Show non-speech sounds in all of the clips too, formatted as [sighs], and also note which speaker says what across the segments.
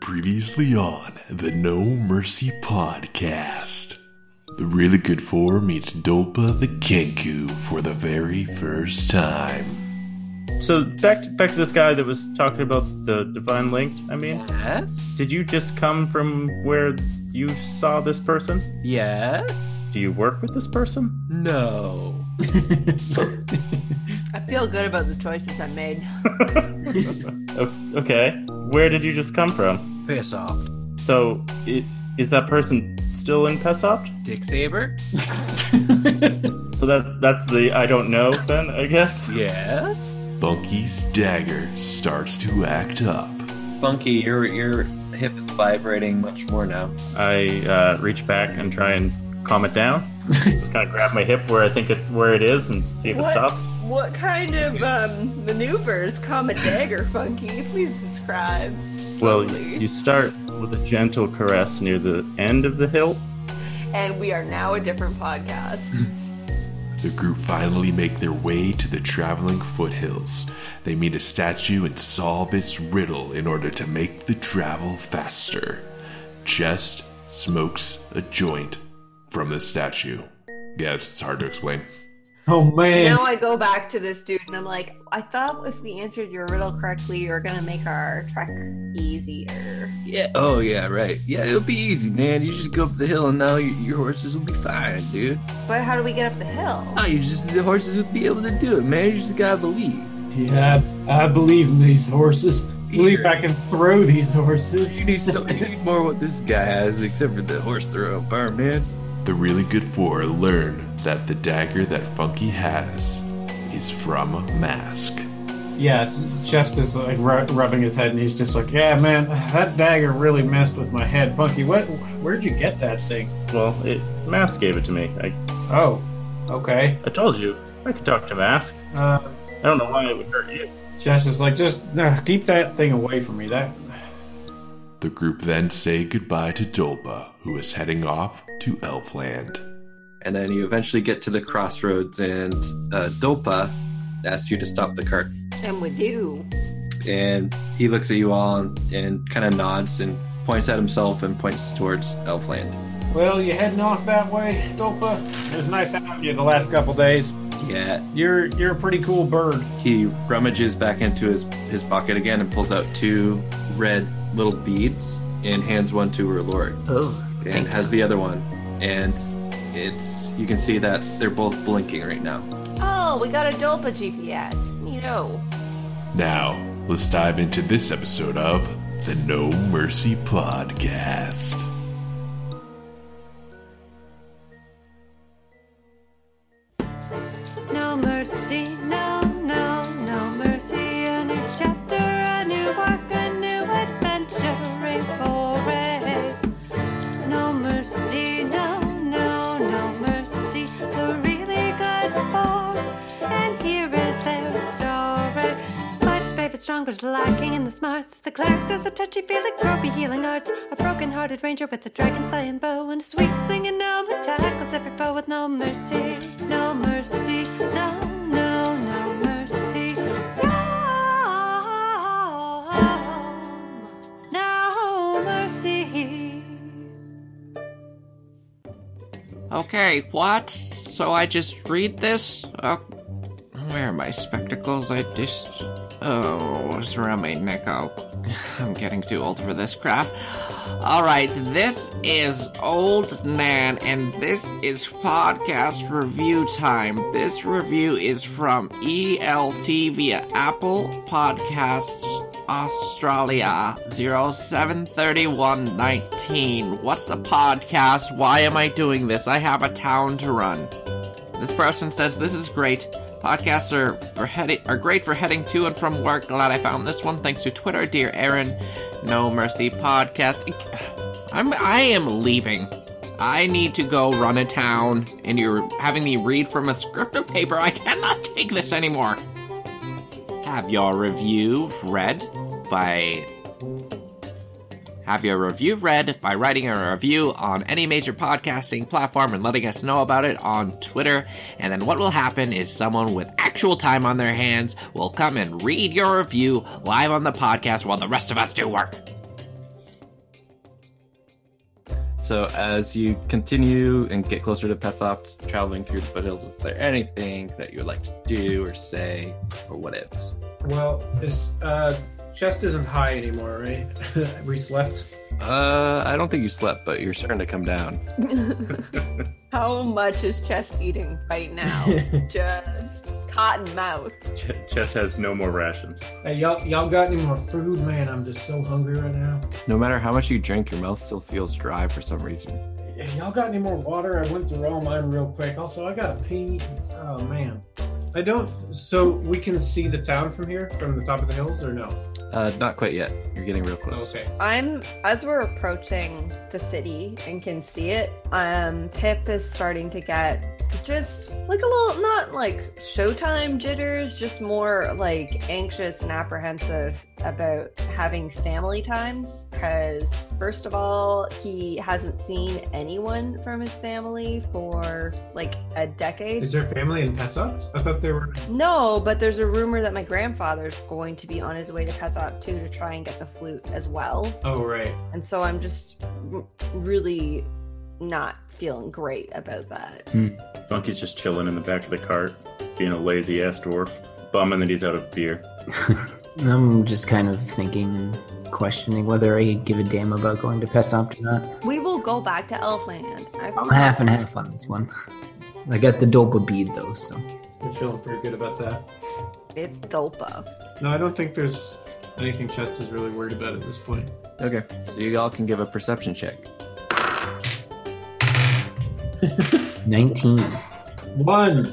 Speaker 1: Previously on the No Mercy podcast, the really good four meets Dolpa the Kenku for the very first time.
Speaker 2: So back to, back to this guy that was talking about the divine link. I mean,
Speaker 3: Yes.
Speaker 2: did you just come from where you saw this person?
Speaker 3: Yes.
Speaker 2: Do you work with this person? [laughs]
Speaker 3: No.
Speaker 4: I feel good about the choices I
Speaker 5: [laughs]
Speaker 4: made.
Speaker 2: O- Okay. Where did you just come from?
Speaker 3: Piss off.
Speaker 2: So i is that person still in Pesopt?
Speaker 3: Dick Saber.
Speaker 2: [laughs] So that that's the I don't know then I guess.
Speaker 3: yes.
Speaker 1: Bunky's dagger starts to act up.
Speaker 5: Funky, your your hip is vibrating much more now.
Speaker 2: I uh, reach back and try and calm it down. just kind of grab my hip where I think it where it is and see if it
Speaker 4: What?
Speaker 2: stops.
Speaker 4: What kind of um, maneuvers calm a dagger, Funky? Please describe.
Speaker 2: Well,
Speaker 4: slowly.
Speaker 2: you start with a gentle caress near the end of the hilt.
Speaker 4: And we are now a different
Speaker 2: [laughs]
Speaker 4: podcast.
Speaker 1: The group finally make their way to the traveling foothills. They meet a statue and solve its riddle in order to make the travel faster. Chest smokes a joint from the statue. Yeah, it's hard to explain.
Speaker 3: Oh man.
Speaker 4: now I go back to this dude and I'm like, I thought if we answered your riddle correctly, you were gonna make our trek easier.
Speaker 5: Yeah. Oh yeah. Right. Yeah. It'll be easy, man. You just go up the hill, and now your, your horses will be fine, dude.
Speaker 4: But how do we get up the hill?
Speaker 5: Oh, you just the horses will be able to do it, man. You just gotta believe.
Speaker 6: Yeah, I believe in these horses. Believe I can throw these
Speaker 5: You
Speaker 6: horses.
Speaker 5: need so you need more what this guy has, except for the horse throwing power, man.
Speaker 1: The really good four learn that the dagger that Funky has is from a mask.
Speaker 6: [laughs] Yeah, Chest is like ru- rubbing his head, and he's just like, "Yeah, man, that dagger really messed with my head." Funky, what? Where'd you get that thing?
Speaker 2: Well, it, Mask gave it to me. I,
Speaker 6: Oh, okay.
Speaker 2: I told you, I could talk to Mask.
Speaker 6: Uh,
Speaker 2: I don't know why it would hurt you.
Speaker 6: Chest is like, "Just uh, keep that thing away from me." That
Speaker 1: The group then say goodbye to Dolpa, who is heading off to Elfland.
Speaker 5: And then you eventually get to the crossroads, and uh, Dopa asks you to stop the cart.
Speaker 4: And we do.
Speaker 5: And he looks at you all and, and kind of nods and points at himself and points towards Elfland.
Speaker 6: well, you heading off that way, Dolpa? It was nice having you the last couple days.
Speaker 5: Yeah.
Speaker 6: You're you're a pretty cool bird.
Speaker 5: He rummages back into his, his pocket again and pulls out two red little beads and hands one to her lord
Speaker 3: Oh.
Speaker 5: and has the other one. And it's you can see that they're both blinking right now.
Speaker 4: Oh, we got a Dolpa GPS. Neato.
Speaker 1: Now, let's dive into this episode of the No Mercy Podcast.
Speaker 7: No mercy, no, no, no mercy. A new chapter, a new arc, a new adventure. Ray for ray. No mercy, no, no, no mercy. The really good four. And here is their story. Much brave, but strong, but lacking in the smarts. The clerk does the touchy feely, gropey healing arts. A broken hearted ranger with a dragon slaying bow and a sweet singing gnome who tackles every foe with no mercy. No mercy, no, no, no mercy. No, no mercy.
Speaker 8: Okay, what? So I just read this? Oh, where are my spectacles? I just. Oh, it's around my neck. Oh, [laughs] I'm getting too old for this crap. Alright, this is Old Nan, and this is podcast review time. This review is from E ELT via Apple Podcasts Australia 073119. What's a podcast? Why am I doing this? I have a town to run. This person says this is great. Podcasts are for heading are great for heading to and from work. Glad I found this one thanks to Twitter, dear Aaron. No mercy podcast. I'm I am leaving. I need to go run a town, and you're having me read from a script of paper. I cannot take this anymore. Have your review read by have your review read by writing a review on any major podcasting platform and letting us know about it on Twitter. And then what will happen is someone with actual time on their hands will come and read your review live on the podcast while the rest of us do work.
Speaker 5: So as you continue and get closer to Petsoft, traveling through the foothills, is there anything that you would like to do or say or what ifs?
Speaker 9: Well, is uh, chest isn't high anymore, right? [laughs] Reese left.
Speaker 5: Uh, I don't think you slept, but you're starting to come down.
Speaker 4: How much is chest eating right
Speaker 2: [laughs]
Speaker 4: now? Just cotton mouth.
Speaker 2: Ch- Chess has no more rations.
Speaker 9: Hey, y'all, y'all got any more food? Man, I'm just so hungry right now.
Speaker 5: No matter how much you drink, your mouth still feels dry for some reason.
Speaker 9: Hey, y'all got any more water? I went through all mine real quick. Also, I gotta pee. Oh man, I don't. So we can see the town from here, from the top of the hills, or no?
Speaker 5: Uh, not quite yet. You're getting real close.
Speaker 9: Okay.
Speaker 4: I'm as we're approaching the city and can see it. Um, Pip is starting to get just like a little, not like showtime jitters, just more like anxious and apprehensive about having family times. Because first of all, he hasn't seen anyone from his family for like a decade.
Speaker 9: Is there family in Pessup? I thought they were.
Speaker 4: No, but there's a rumor that my grandfather's going to be on his way to Pesach too to try and get the flute as well.
Speaker 9: Oh right.
Speaker 4: And so I'm just r- really not feeling great about that.
Speaker 2: Funky's just chilling in the back of the cart, being a lazy ass dwarf, bumming that he's out of beer.
Speaker 10: I'm just kind of thinking and questioning whether I give a damn about going to Pessopt or not.
Speaker 4: We will go back to Elfland. I
Speaker 10: I'm half and half on this one. [laughs] I got the dopa bead though, so
Speaker 9: I'm feeling pretty good about that.
Speaker 4: It's Dolpa.
Speaker 6: No, I don't think there's anything Chest is really worried about at this point.
Speaker 5: Okay. So you all can give a perception check.
Speaker 10: 19.
Speaker 6: One.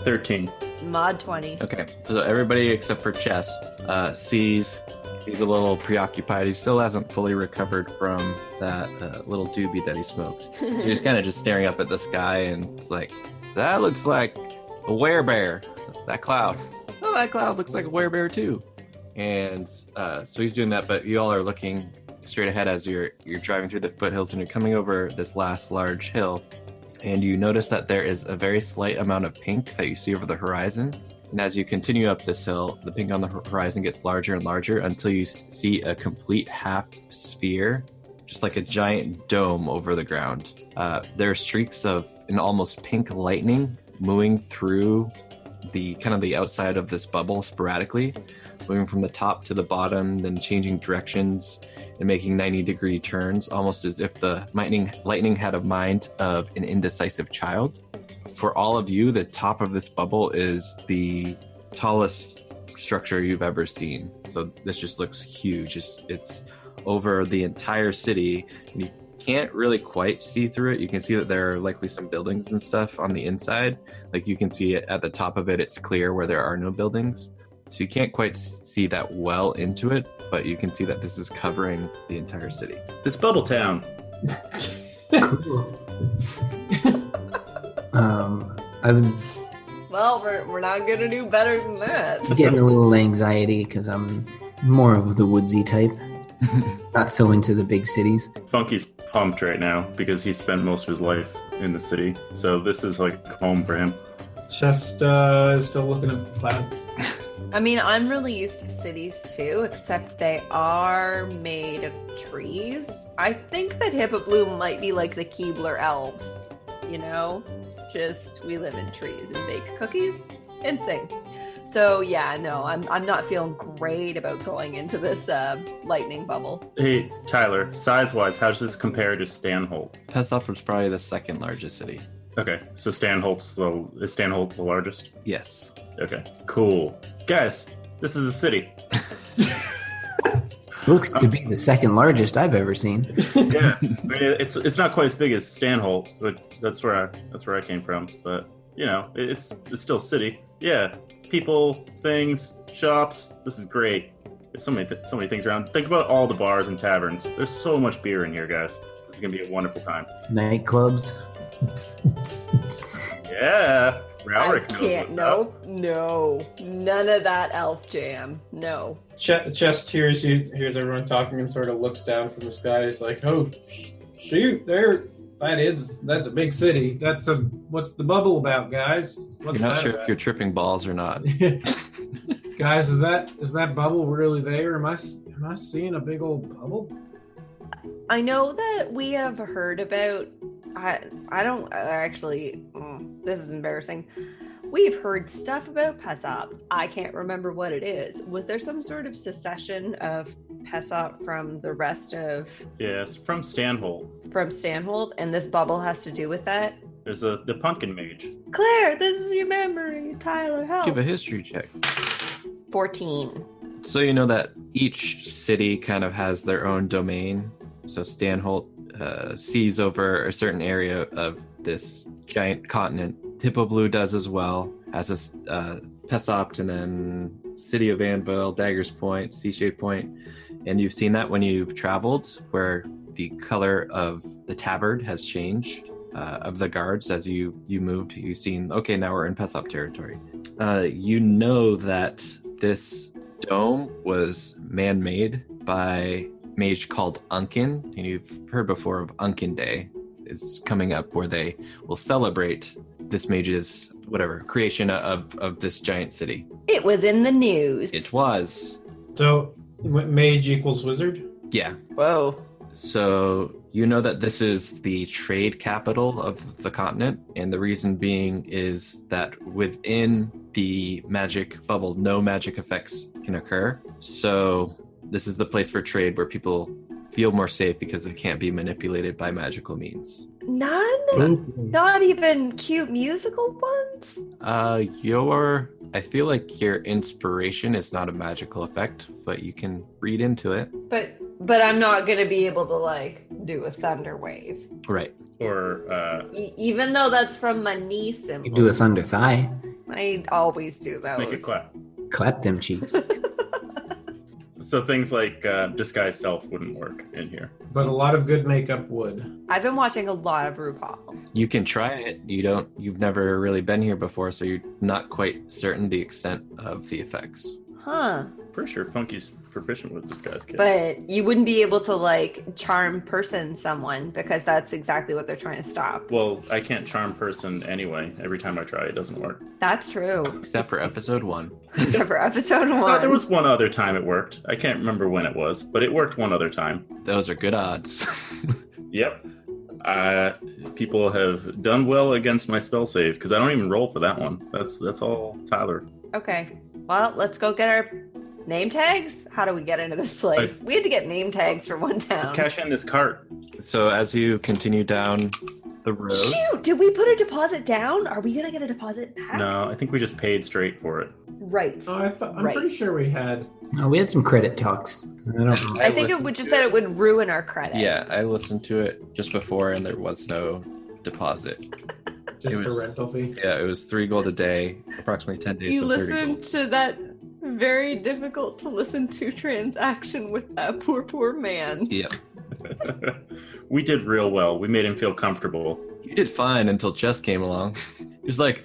Speaker 2: 13.
Speaker 4: Mod 20.
Speaker 5: Okay, so everybody except for Chess uh, sees he's a little preoccupied. He still hasn't fully recovered from that uh, little doobie that he smoked. So he's kind of just staring up at the sky and it's like, that looks like a werebear. That cloud. Oh, that cloud looks like a werebear too. And uh, so he's doing that, but you all are looking straight ahead as you're you're driving through the foothills and you're coming over this last large hill. And you notice that there is a very slight amount of pink that you see over the horizon. And as you continue up this hill, the pink on the horizon gets larger and larger until you s- see a complete half sphere, just like a giant dome over the ground. Uh, there are streaks of an almost pink lightning moving through the kind of the outside of this bubble sporadically, moving from the top to the bottom, then changing directions and making 90 degree turns, almost as if the lightning, lightning had a mind of an indecisive child for all of you, the top of this bubble is the tallest structure you've ever seen. So this just looks huge. It's, it's over the entire city. And you can't really quite see through it. You can see that there are likely some buildings and stuff on the inside. Like you can see it at the top of it, it's clear where there are no buildings. So you can't quite s- see that well into it, but you can see that this is covering the entire city.
Speaker 2: This bubble town.
Speaker 10: Um, I'm
Speaker 4: Well, we're, we're not going to do better than that.
Speaker 10: getting a little anxiety because I'm more of the woodsy type. Not so into the big cities.
Speaker 2: Funky's pumped right now because he spent most of his life in the city. So this is like home for him.
Speaker 6: Chest uh, is still looking at the clouds.
Speaker 4: I mean, I'm really used to cities too, except they are made of trees. I think that Hippobloom might be like the Keebler elves, you know? Just we live in trees and bake cookies and sing. So yeah, no, I'm I'm not feeling great about going into this uh, lightning bubble.
Speaker 2: Hey, Tyler, size wise, how does this compare to Stanholt?
Speaker 5: Petsoff was probably the second largest city.
Speaker 2: Okay, so Stanholt's the is Stanholt the largest?
Speaker 5: Yes.
Speaker 2: Okay, cool. Guys, this is
Speaker 5: [laughs]
Speaker 2: a city.
Speaker 10: Looks to be the second largest I've ever seen.
Speaker 2: yeah, I mean, it's it's not quite as big as Stanholt, but that's where I that's where I came from. But you know, it, it's it's still a city. Yeah, people, things, shops. This is great. There's so many th- so many things around. Think about all the bars and taverns. There's so much beer in here, guys. This is gonna be a wonderful time.
Speaker 10: Nightclubs.
Speaker 2: Yeah, Rowrick
Speaker 4: I
Speaker 2: knows
Speaker 4: can't.
Speaker 2: what's
Speaker 4: No,
Speaker 2: up.
Speaker 4: no, none of that elf jam. No.
Speaker 6: Ch- Chest hears you, hears everyone talking, and sort of looks down from the sky. He's like, "Oh, sh- shoot! There, that is. That's a big city. That's a. What's the bubble about, guys? What's
Speaker 5: You're not
Speaker 6: that
Speaker 5: sure if
Speaker 6: about?
Speaker 5: you're tripping balls or
Speaker 2: [laughs]
Speaker 5: not.
Speaker 6: guys, is that is that bubble really there? Am I s- am I seeing a big old bubble?
Speaker 4: I know that we have heard about. I I don't uh, actually. mm, This is embarrassing. We've heard stuff about Pesop. I can't remember what it is. Was there some sort of secession of Pesop from the rest of
Speaker 2: Yes, from Stanholt.
Speaker 4: from Stanhold, and this bubble has to do with that?
Speaker 2: There's a the pumpkin mage.
Speaker 4: Claire, this is your memory. Tyler, help.
Speaker 5: Give a history check.
Speaker 4: Fourteen.
Speaker 5: So you know that each city kind of has their own domain. So Stanholt uh, sees over a certain area of this giant continent. Hippo Blue does as well, has a s- uh, Pesopt and then City of Anvil, Daggers Point, Sea Shade Point. And you've seen that when you've traveled, where the color of the tabard has changed uh, of the guards as you you moved. You've seen, okay, now we're in Pesop territory. Uh, you know that this dome was man made by a mage called Unkin. And you've heard before of Unkin Day. It's coming up where they will celebrate this mage's whatever creation of, of this giant city.
Speaker 4: It was in the news.
Speaker 5: It was.
Speaker 9: So, what, mage equals wizard?
Speaker 5: Yeah.
Speaker 4: Whoa.
Speaker 5: So you know that this is the trade capital of the continent, and the reason being is that within the magic bubble, no magic effects can occur. So this is the place for trade where people feel more safe because they can't be manipulated by magical means.
Speaker 4: None? Not even cute musical ones?
Speaker 5: Uh, your I feel like your inspiration is not a magical effect, but you can read into it.
Speaker 4: But but I'm not gonna be able to like do a thunder wave,
Speaker 5: Right.
Speaker 2: Or uh,
Speaker 4: e- even though that's from my knee symbol.
Speaker 10: You do a thunder thigh.
Speaker 4: I always do those.
Speaker 2: make it clap.
Speaker 10: Clap them cheeks.
Speaker 2: So things like uh, disguise self wouldn't work in here.
Speaker 9: But a lot of good makeup would.
Speaker 4: I've been watching a lot of RuPaul.
Speaker 5: You can try it. You don't. You've never really been here before, so you're not quite certain the extent of the effects.
Speaker 4: Huh.
Speaker 2: Pretty sure Funky's proficient with disguise kit.
Speaker 4: But you wouldn't be able to like charm person someone because that's exactly what they're trying to stop.
Speaker 2: well, I can't charm person anyway. Every time I try, it doesn't work.
Speaker 4: That's
Speaker 2: [laughs]
Speaker 4: true.
Speaker 5: Except for episode one.
Speaker 4: Except for episode one.
Speaker 2: Uh, there was one other time it worked. I can't remember when it was, but it worked one other time.
Speaker 5: Those are good odds. [laughs]
Speaker 2: Yep. Uh, people have done well against my spell save because I don't even roll for that one. That's that's all Tyler.
Speaker 4: Okay. Well, let's go get our name tags. How do we get into this place? We had to get name tags for one
Speaker 2: Let's
Speaker 4: town.
Speaker 2: cash in this cart.
Speaker 5: so as you continue down the road,
Speaker 4: Shoot, did we put a deposit down? Are we gonna get a deposit back?
Speaker 2: No, I think we just paid straight for it.
Speaker 4: Right.
Speaker 9: Oh, I thought, I'm
Speaker 4: Right.
Speaker 9: pretty sure we had.
Speaker 10: Oh, we had some credit talks.
Speaker 9: I don't know.
Speaker 4: I, think it
Speaker 5: listened
Speaker 4: would just
Speaker 5: to
Speaker 4: that it would ruin our credit.
Speaker 5: Yeah, I listened to it just before, and there was no deposit.
Speaker 9: Just
Speaker 5: was-
Speaker 9: a rental fee.
Speaker 5: Yeah, it was three gold a day, approximately ten days.
Speaker 4: You
Speaker 5: so 30 gold.
Speaker 4: listened to that very difficult to listen to transaction with that poor poor man.
Speaker 5: Yep.
Speaker 2: [laughs] we did real well. We made him feel comfortable.
Speaker 5: You did fine until Jess came along. He was like,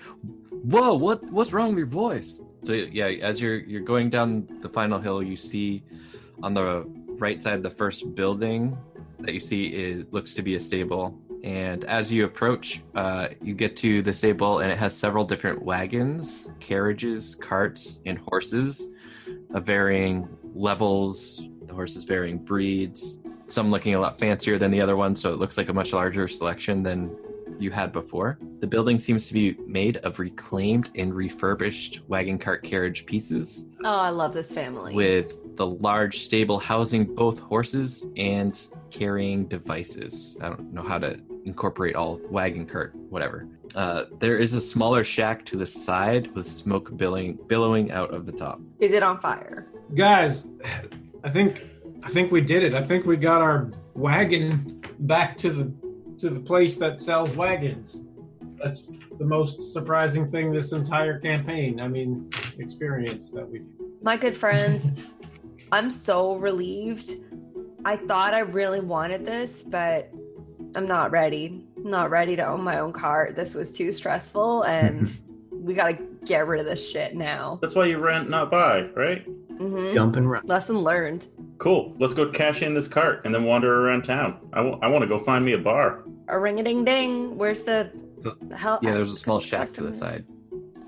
Speaker 5: "Whoa, what? What's wrong with your voice?" So yeah, as you're you're going down the final hill, you see on the right side the first building that you see it looks to be a stable. And as you approach, uh, you get to the stable, and it has several different wagons, carriages, carts, and horses of varying levels. The horses varying breeds. Some looking a lot fancier than the other one, so it looks like a much larger selection than you had before. The building seems to be made of reclaimed and refurbished wagon cart carriage pieces,
Speaker 4: Oh, I love this family.
Speaker 5: with the large stable housing both horses and carrying devices. I don't know how to incorporate all wagon cart, whatever. Uh, there is a smaller shack to the side with smoke billowing, billowing out of the top.
Speaker 4: Is it on fire?
Speaker 9: Guys, I think I think we did it. I think we got our wagon back to the to the place that sells wagons. That's the most surprising thing this entire campaign. I mean, experience that we've.
Speaker 4: My good friends, [laughs] I'm so relieved. I thought I really wanted this, but I'm not ready. I'm not ready to own my own car. This was too stressful,
Speaker 5: [laughs]
Speaker 4: and we gotta get rid of this shit now.
Speaker 2: That's why you rent, not buy, right?
Speaker 4: hmm
Speaker 10: Jump and run.
Speaker 4: Lesson learned.
Speaker 2: Cool. Let's go cash in this cart and then wander around town. I want to go find me a bar.
Speaker 4: A ring a ding ding. Where's the
Speaker 5: So-
Speaker 4: hell?
Speaker 5: Yeah, there's a small shack to the
Speaker 4: Customers.
Speaker 5: side.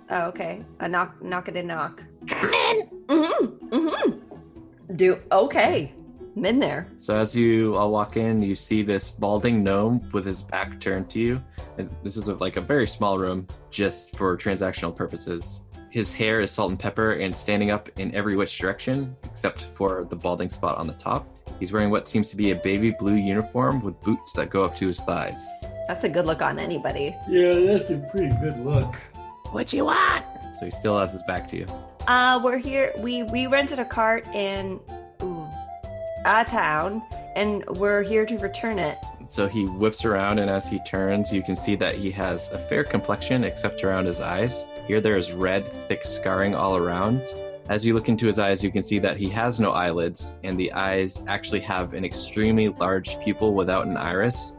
Speaker 4: Oh, okay. A knock, knock it in, knock. Come in. Mm-hmm. Mm-hmm. Do okay. I'm in there.
Speaker 5: So as you all walk in, you see this balding gnome with his back turned to you. And This is a, like a very small room, just for transactional purposes. His hair is salt and pepper and standing up in every which direction, except for the balding spot on the top. He's wearing what seems to be a baby blue uniform with boots that go up to his thighs.
Speaker 4: That's a good look on anybody.
Speaker 11: Yeah, that's a pretty good look.
Speaker 10: What you want?
Speaker 5: So he still has his back to you.
Speaker 4: Uh, we're here. We we rented a cart in ooh, a town, and we're here to return it.
Speaker 5: So he whips around, and as he turns, you can see that he has a fair complexion except around his eyes. Here there is red, thick scarring all around. As you look into his eyes, you can see that he has no eyelids, and the eyes actually have an extremely large pupil without an iris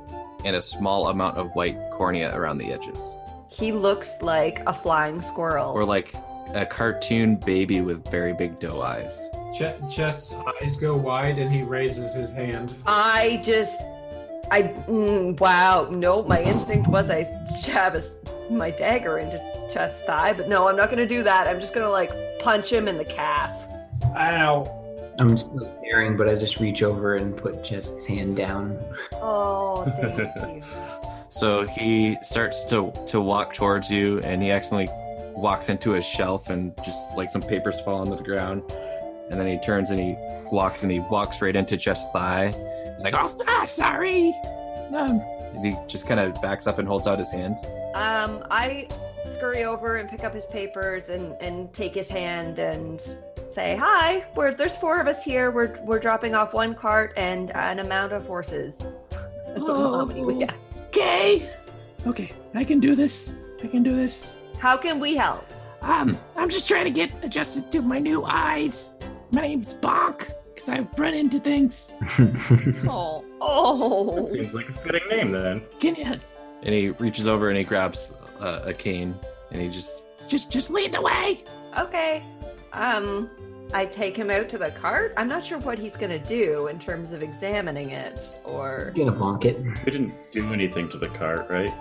Speaker 5: and a small amount of white cornea around the edges.
Speaker 4: He looks like a flying squirrel.
Speaker 5: Or like a cartoon baby with very big doe eyes.
Speaker 6: Ch- Chest's eyes go wide and he raises his hand.
Speaker 4: I just, I mm, wow. No, my instinct was I jab his, my dagger into Chest's thigh, but no, I'm not gonna do that. I'm just gonna like punch him in the calf.
Speaker 11: Ow.
Speaker 12: I'm still staring, but I just reach over and put Chest's hand down.
Speaker 4: Oh,
Speaker 12: [laughs]
Speaker 4: thank you.
Speaker 5: [laughs] So he starts to to walk towards you, and he accidentally walks into a shelf, and just like some papers fall onto the ground. And then he turns and he walks, and he walks right into Chest's thigh. He's like, "Oh, ah, sorry." Um, and he just kind of backs up and holds out his hand.
Speaker 4: Um, I scurry over and pick up his papers and and take his hand and say hi. We're there's four of us here. We're we're dropping off one cart and an amount of horses. I don't know how many we got.
Speaker 10: Okay. Okay, I can do this. I can do this.
Speaker 4: How can we help?
Speaker 10: Um, I'm just trying to get adjusted to my new eyes. My name's Bonk, because I run into
Speaker 2: [laughs]
Speaker 10: things.
Speaker 4: Oh, oh.
Speaker 2: That seems like a fitting name then.
Speaker 10: Can you
Speaker 5: And he reaches over and he grabs uh, a cane, and he just
Speaker 10: just just lead the way?
Speaker 4: Okay. Um, I take him out to the cart. I'm not sure what he's gonna do in terms of examining it, or
Speaker 12: Just gonna bonk it.
Speaker 2: We didn't do anything to the cart, right?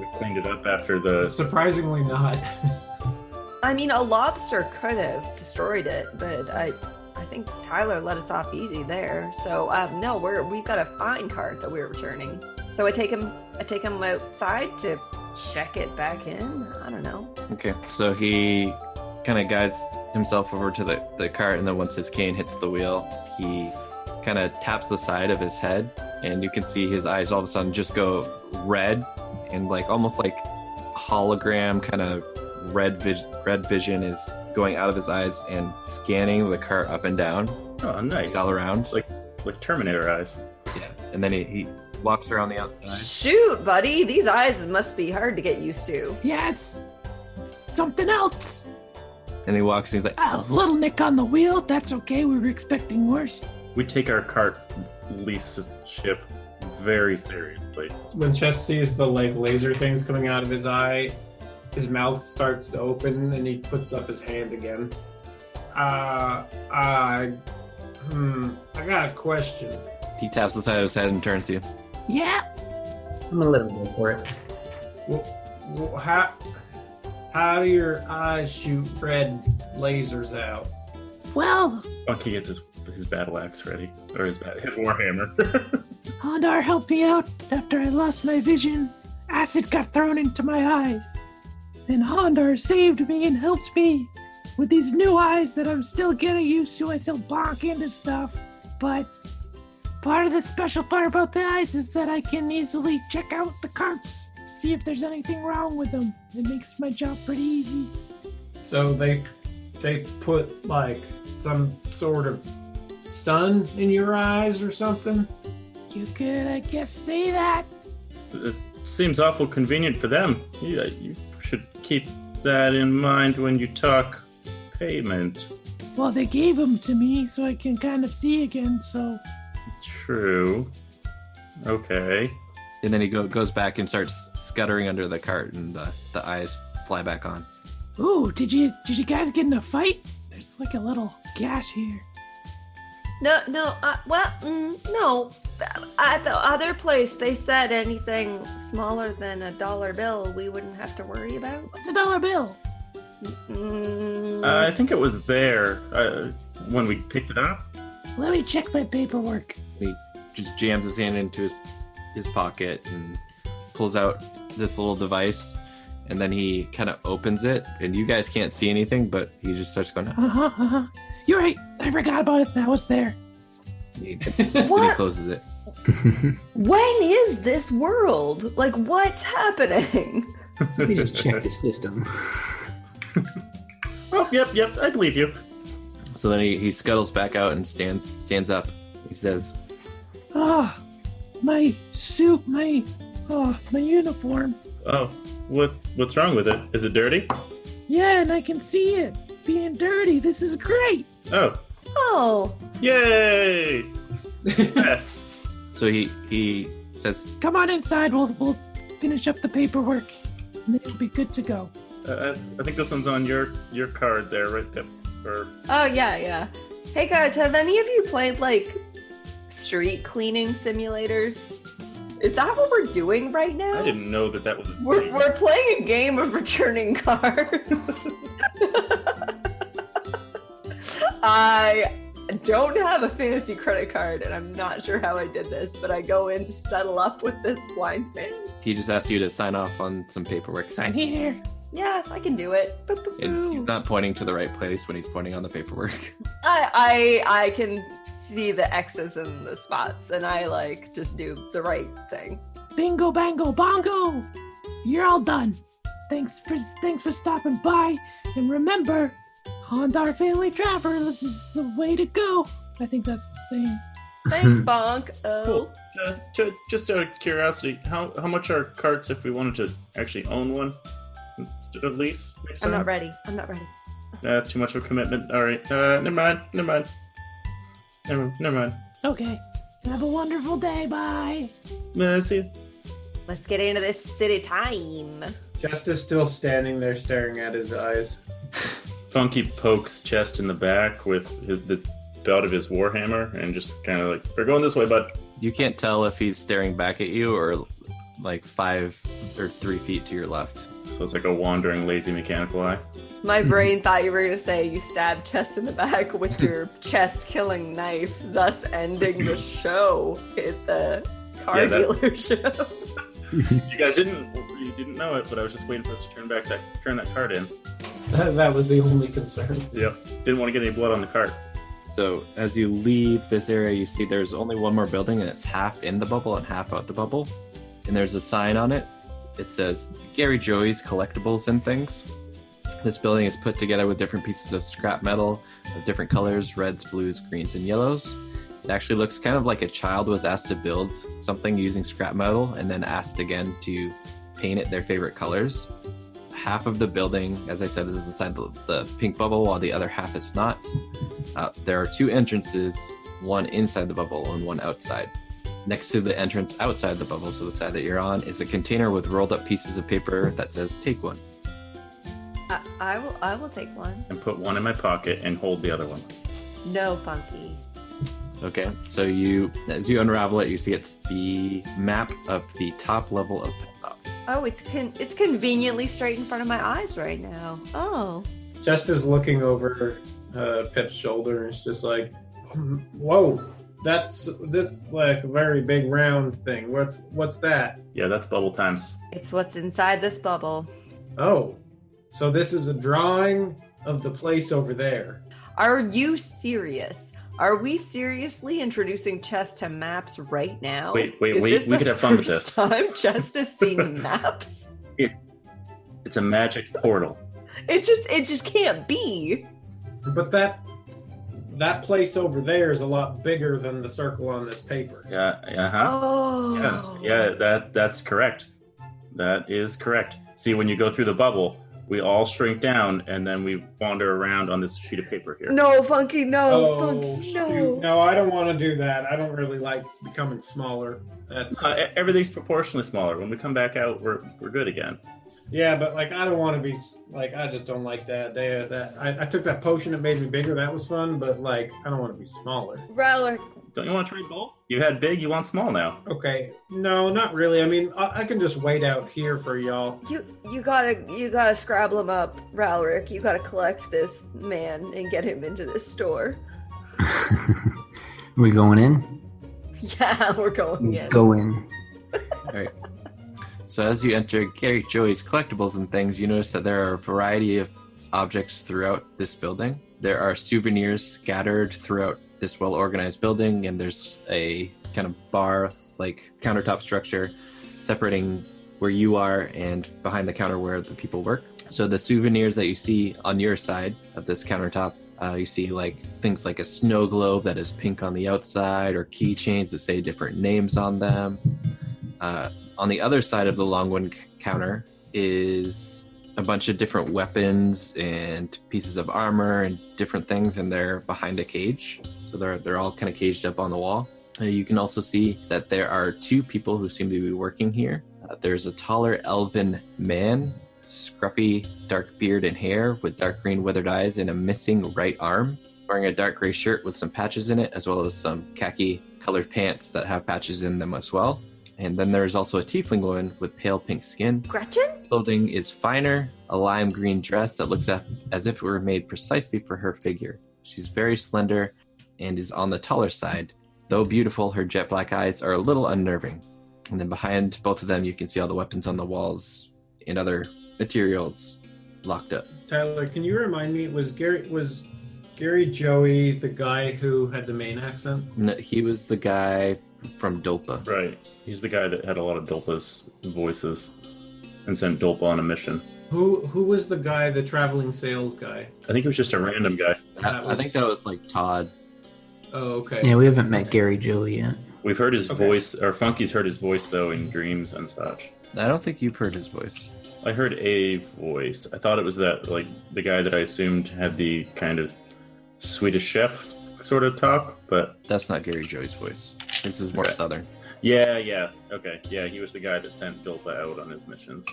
Speaker 2: We cleaned it up after the.
Speaker 6: Surprisingly not. [laughs]
Speaker 4: I mean, a lobster could have destroyed it, but I, I think Tyler let us off easy there. So um, no, we're we've got a fine cart that we're returning. So I take him, I take him outside to check it back in. I don't know.
Speaker 5: Okay, so he kind of guides himself over to the, the cart, and then once his cane hits the wheel, he kind of taps the side of his head, and you can see his eyes all of a sudden just go red and like almost like hologram kind of red vis- red vision is going out of his eyes and scanning the cart up and down,
Speaker 2: Oh, nice.
Speaker 5: like, all around,
Speaker 2: Like like Terminator eyes.
Speaker 5: and then he, he walks around the outside.
Speaker 4: Shoot, buddy, these eyes must be hard to get used to.
Speaker 10: Yes. Something else.
Speaker 5: And he walks, and he's like, "Ah!"
Speaker 10: Oh, little nick on the wheel. That's okay. We were expecting worse.
Speaker 2: We take our cart lease ship very seriously.
Speaker 6: When Chest sees the like laser things coming out of his eye, his mouth starts to open and he puts up his hand again. Uh, I, hmm, I got a question.
Speaker 5: he taps the side of his head and turns to you.
Speaker 10: Yeah.
Speaker 12: I'm gonna let him go for it.
Speaker 6: Wh- How, how do your eyes shoot red lasers out?
Speaker 10: Well,
Speaker 2: Bucky gets his his battle axe ready, or his bat, his warhammer. [laughs]
Speaker 10: Hondar helped me out after I lost my vision. Acid got thrown into my eyes. Then Hondar saved me and helped me with these new eyes that I'm still getting used to. I still bonk into stuff. But part of the special part about the eyes is that I can easily check out the carts, see if there's anything wrong with them. It makes my job pretty easy.
Speaker 6: So they they put like some sort of sun in your eyes or something.
Speaker 10: You could, I guess, say that.
Speaker 2: it seems awful convenient for them. You, you should keep that in mind when you talk payment.
Speaker 10: Well, they gave them to me so I can kind of see again, so.
Speaker 2: True. Okay.
Speaker 5: And then he go, goes back and starts scuttering under the cart, and the, the eyes fly back on.
Speaker 10: Ooh, did you did you guys get in a fight? There's like a little gash here.
Speaker 4: No, no. Uh, well, mm, no. At the other place, they said anything smaller than a dollar bill, we wouldn't have to worry about.
Speaker 10: What's a dollar bill?
Speaker 4: Mm,
Speaker 2: Uh, I think it was there uh, when we picked it up.
Speaker 10: Let me check my paperwork.
Speaker 5: He just jams his hand into his his pocket and pulls out this little device, and then he kind of opens it, and you guys can't see anything, but he just starts going. "Ah."
Speaker 10: Uh huh. Uh-huh. You're right. I forgot about it. That was there.
Speaker 5: He, and he
Speaker 4: What?
Speaker 5: closes it.
Speaker 4: When is this world? Like, what's happening?
Speaker 10: Let me just check the system.
Speaker 2: Oh, yep, yep, I believe you.
Speaker 5: So then he, he scuttles back out and stands stands up. He says,
Speaker 10: Ah, my suit, my oh, my uniform.
Speaker 2: Oh, what what's wrong with it? Is it dirty?
Speaker 10: Yeah, and I can see it being dirty. This is great.
Speaker 2: Oh,
Speaker 4: Oh,
Speaker 2: yay! yes.
Speaker 5: so he he says,
Speaker 10: Come on inside. We'll we'll finish up the paperwork, and then it'll be good to go.
Speaker 2: Uh, I- I think this one's on your your card there, right? Pip? Or
Speaker 4: oh yeah, yeah. Hey guys, have any of you played like street cleaning simulators? Is that what we're doing right now?
Speaker 2: I didn't know that that was. a
Speaker 4: We're,
Speaker 2: thing.
Speaker 4: we're playing a game of returning cards. [laughs] I don't have a fantasy credit card, and I'm not sure how I did this, but I go in to settle up with this blind man.
Speaker 5: he just asks you to sign off on some paperwork. Sign here.
Speaker 10: Here.
Speaker 4: Yeah, I can do it. Boop, boop,
Speaker 5: And he's
Speaker 4: boop.
Speaker 5: not pointing to the right place when he's pointing on the paperwork. [laughs]
Speaker 4: I, I I can see the X's and the spots, and I like just do the right thing.
Speaker 10: Bingo, bango, bongo. You're all done. Thanks for thanks for stopping by, and remember, Hondar Family Travelers is the way to go. I think that's the saying.
Speaker 4: Thanks, Bonk. Oh,
Speaker 2: [laughs] Cool. Uh, ju- just out of curiosity, how how much are carts if we wanted to actually own one instead of lease? Next
Speaker 4: I'm
Speaker 2: time?
Speaker 4: not ready. I'm not ready.
Speaker 2: Nah, that's too much of a commitment. All right. Uh, never mind. Never mind. Never, never mind.
Speaker 10: Okay. Have a wonderful day. Bye.
Speaker 2: Uh, see ya.
Speaker 4: Let's get into this city time.
Speaker 6: Justice still standing there staring at his eyes. [laughs]
Speaker 2: Funky pokes chest in the back with his, the belt of his warhammer and just kind of like, "We're going this way, bud."
Speaker 5: You can't tell if he's staring back at you or like five or three feet to your left.
Speaker 2: So it's like a wandering, lazy mechanical
Speaker 5: [laughs]
Speaker 2: eye. Mm-hmm.
Speaker 4: My brain thought you were going to say you stabbed Chest in the back [laughs] with
Speaker 2: [laughs]
Speaker 4: your chest killing knife, thus ending the show at the car
Speaker 2: Yeah, that- [laughs]
Speaker 4: dealership.
Speaker 2: You guys didn't you didn't know it, but I was just waiting for us to turn back that turn that card in.
Speaker 6: That, that was the only concern.
Speaker 2: Yep. Didn't want to get any blood on the cart.
Speaker 5: So as you leave this area, you see there's only one more building, and it's half in the bubble and half out the bubble. And there's a sign on it. It says Gary Joey's Collectibles and Things. This building is put together with different pieces of scrap metal of different colors reds, blues, greens, and yellows. It actually looks kind of like a child was asked to build something using scrap metal and then asked again to paint it their favorite colors. Half of the building, as I said, is inside the, the pink bubble, while the other half is not. Uh, there are two entrances, one inside the bubble and one outside. Next to the entrance outside the bubble, so the side that you're on, is a container with rolled up pieces of paper that says "Take one."
Speaker 4: I, I will. I will take one.
Speaker 2: and put one in my pocket and hold the other one.
Speaker 4: No, Funky.
Speaker 5: Okay, so you, as you unravel it, you see it's the map of the top level of Pesop.
Speaker 4: Oh, it's con- it's conveniently straight in front of my eyes right now. Oh,
Speaker 6: Justice looking over uh, Pip's shoulder and it's just like, "Whoa, that's that's like a very big round thing. What's what's that?
Speaker 2: Yeah, that's bubble times.
Speaker 4: it's what's inside this bubble.
Speaker 6: Oh, so this is a drawing of the place over there.
Speaker 4: Are you serious? Are we seriously introducing chess to maps right now?
Speaker 2: Wait, wait,
Speaker 4: Is
Speaker 2: wait,
Speaker 4: this
Speaker 2: we
Speaker 4: the
Speaker 2: could have fun with
Speaker 4: first
Speaker 2: this.
Speaker 4: Time chess has
Speaker 2: [laughs]
Speaker 4: seen maps.
Speaker 2: It's a magic portal.
Speaker 4: It just it just can't be.
Speaker 6: But that that place over there is a lot bigger than the circle on this paper.
Speaker 2: Yeah, uh huh.
Speaker 4: Oh.
Speaker 2: Yeah, yeah, that that's correct. That is correct. See, when you go through the bubble, we all shrink down and then we wander around on this sheet of paper here.
Speaker 4: No, Funky, no,
Speaker 2: Oh,
Speaker 4: Funky,
Speaker 6: shoot.
Speaker 4: no.
Speaker 6: no, I don't want to do that. I don't really like becoming smaller. That's
Speaker 2: Uh, e- everything's proportionally smaller. When we come back out, we're we're good again.
Speaker 6: Yeah, but like I don't want to be s- like I just don't like that idea. That I, I took that potion, it made me bigger. That was fun, but like I don't want to be smaller.
Speaker 4: Rowler,
Speaker 2: Don't you want to trade both? You had big, you want small now.
Speaker 6: Okay, no, not really. I mean, I, I can just wait out here for y'all.
Speaker 4: you you gotta you gotta scrabble him up, Rowlerick. You gotta collect this man and get him into this store.
Speaker 12: we going in?
Speaker 4: Yeah, [laughs] we're going in.
Speaker 12: Go in.
Speaker 5: All right. So as you enter Gary Joey's collectibles and things, you notice that there are a variety of objects throughout this building. There are souvenirs scattered throughout this well-organized building, and there's a kind of bar-like countertop structure separating where you are and behind the counter where the people work. So the souvenirs that you see on your side of this countertop, uh, you see like things like a snow globe that is pink on the outside, or keychains that say different names on them. Uh, on the other side of the long one c- counter is a bunch of different weapons and pieces of armor and different things, and they're behind a cage. So they're they're all kind of caged up on the wall. Uh, you can also see that there are two people who seem to be working here. Uh, there's a taller elven man, scruffy dark beard and hair, with dark green weathered eyes and a missing right arm, wearing a dark gray shirt with some patches in it, as well as some khaki colored pants that have patches in them as well. And then there is also a tiefling woman with pale pink skin.
Speaker 4: Gretchen?
Speaker 5: Clothing is finer, a lime green dress that looks af- as if it were made precisely for her figure. She's very slender and is on the taller side. Though beautiful, her jet black eyes are a little unnerving. And then behind both of them, you can see all the weapons on the walls and other materials locked up.
Speaker 9: Tyler, can you remind me? Was Gary was Gary Joey the guy who had the main accent?
Speaker 5: No, he was the guy from Dolpa.
Speaker 2: Right. He's the guy that had a lot of Dolpa's voices and sent Dolpa on a mission.
Speaker 9: Who who was the guy, the traveling sales guy?
Speaker 2: I think it was just a random guy.
Speaker 5: I- I think that was like Todd.
Speaker 9: Oh, okay.
Speaker 12: Yeah, we haven't met Gary Joey yet.
Speaker 2: We've heard his voice, or Funky's heard his voice though in dreams and such.
Speaker 5: I don't think you've heard his voice.
Speaker 2: I heard a voice. I thought it was that, like, the guy that I assumed had the kind of Swedish chef sort of talk, but
Speaker 5: That's not Gary Joey's voice. This is more
Speaker 2: Okay.
Speaker 5: southern.
Speaker 2: yeah, yeah, okay, yeah, he was the guy that sent Dolpa out on his missions.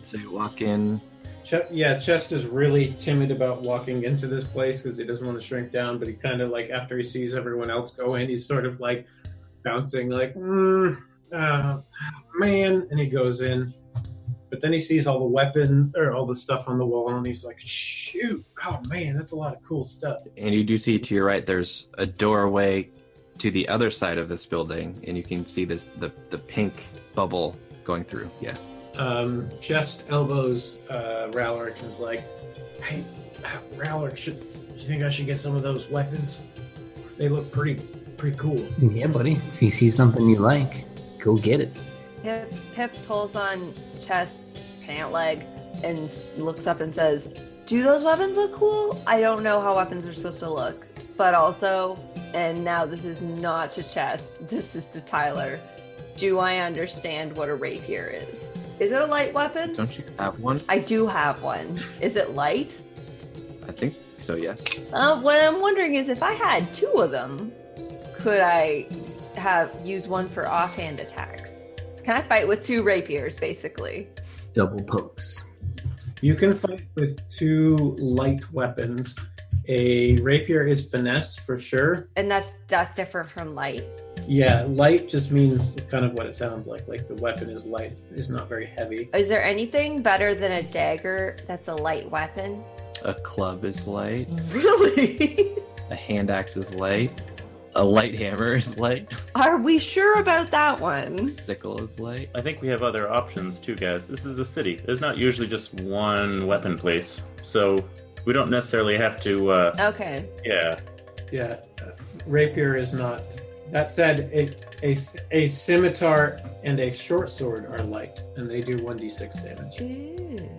Speaker 5: So you Mm-hmm. walk in.
Speaker 6: Ch- yeah, Chest is really timid about walking into this place because he doesn't want to shrink down. But he kind of like after he sees everyone else go in, he's sort of like bouncing, like mm, uh, man, and he goes in. But then he sees all the weapon or all the stuff on the wall, and he's like, shoot, oh man, that's a lot of cool stuff.
Speaker 5: and you do see to your right there's a doorway to the other side of this building and you can see this the, the pink bubble going through yeah
Speaker 6: Um, Chest elbows uh, Rowlerick and is like, hey, Rowlerick, should do you think I should get some of those weapons? They look pretty pretty cool.
Speaker 12: Yeah, buddy. If you see something you like, go get it.
Speaker 4: Pip, Pip pulls on Chest's pant leg and s- looks up and says, Do those weapons look cool? I don't know how weapons are supposed to look. But also, and now this is not to Chest, [laughs] this is to Tyler. Do I understand what a rapier is? Is it a light weapon?
Speaker 5: don't you have one
Speaker 4: I do have one. Is it light?
Speaker 5: i think so yes
Speaker 4: Uh, what I'm wondering is if I had two of them, could I have use one for offhand attacks? Can I fight with two rapiers, basically?
Speaker 12: Double pokes.
Speaker 6: You can fight with two light weapons. A rapier is finesse for sure.
Speaker 4: And that's that's different from light.
Speaker 6: Yeah, light just means kind of what it sounds like. Like the weapon is light, it's not very heavy.
Speaker 4: Is there anything better than a dagger that's a light weapon?
Speaker 5: a club is light
Speaker 4: Really?
Speaker 5: a hand axe is light a light hammer is light
Speaker 4: Are we sure about that one?
Speaker 5: sickle is light
Speaker 2: I think we have other options too, guys. This is a city. There's not usually just one weapon place, so we don't necessarily have to. uh
Speaker 4: Okay.
Speaker 2: Yeah,
Speaker 6: Yeah, rapier is not. That said, a, a, a scimitar and a short sword are light, and they do 1d6 damage.
Speaker 4: Ooh.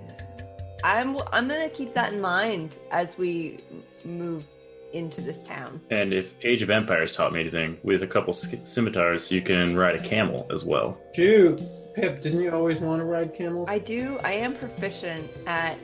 Speaker 4: I'm I'm gonna keep that in mind as we m- move into this town.
Speaker 2: and if Age of Empires taught me anything, with a couple sc- scimitars, you can ride a camel as well.
Speaker 6: Shoot, Pip, didn't you always want to ride camels?
Speaker 4: I do. I am proficient at.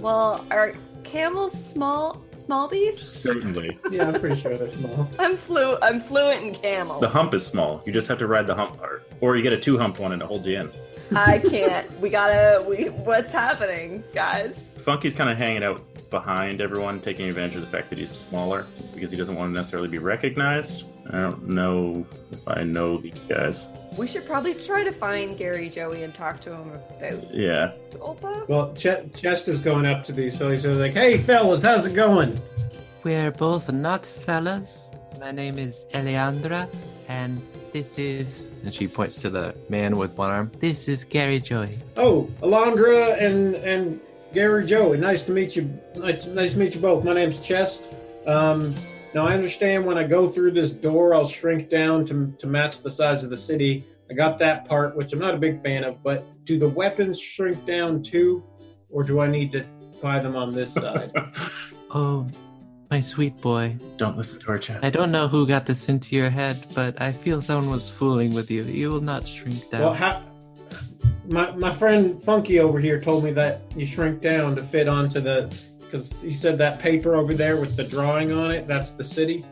Speaker 4: Well, are camels small? Small beasts?
Speaker 2: Certainly,
Speaker 6: yeah, I'm pretty sure they're small.
Speaker 4: I'm flu. I'm fluent in camel.
Speaker 2: the hump is small. You just have to ride the hump part, or you get a two hump one and it holds you in.
Speaker 4: I can't. We gotta. We. What's happening, guys?
Speaker 2: Funky's kind of hanging out behind everyone, taking advantage of the fact that he's smaller because he doesn't want to necessarily be recognized. I don't know if I know these guys.
Speaker 4: We should probably try to find Gary Joey and talk to him about
Speaker 2: Yeah. [laughs]
Speaker 4: Dolpa.
Speaker 6: Well, Ch- Chest is going up to these fellas. So he's like, hey, fellas, how's it going?
Speaker 5: we're both not fellas My name is Eleandra, and this is. And she points to the man with one arm. This is Gary Joy.
Speaker 6: Oh, Alondra and and Gary Joey, nice to meet you. Nice, nice to meet you both. My name's Chest. Um, now I understand when I go through this door, I'll shrink down to to match the size of the city. I got that part, which I'm not a big fan of. But do the weapons shrink down too, or do I need to tie them on this side?
Speaker 5: Oh, my sweet boy.
Speaker 2: Don't listen to our chat.
Speaker 5: I don't know who got this into your head, but I feel someone was fooling with you. You will not shrink down.
Speaker 6: well, how, my my friend Funky over here told me that you shrink down to fit onto the because he said that paper over there with the drawing on it. That's the city.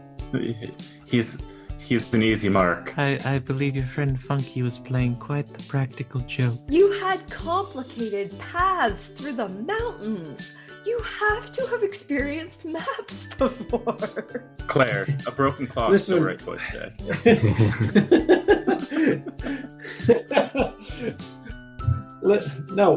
Speaker 2: He's he's an easy mark.
Speaker 5: I, I believe your friend Funky was playing quite the practical joke.
Speaker 4: You had complicated paths through the mountains. You have to have experienced maps [laughs] before.
Speaker 2: Claire, a broken clock is the
Speaker 6: Listen.
Speaker 2: right choice today.
Speaker 6: Li- no,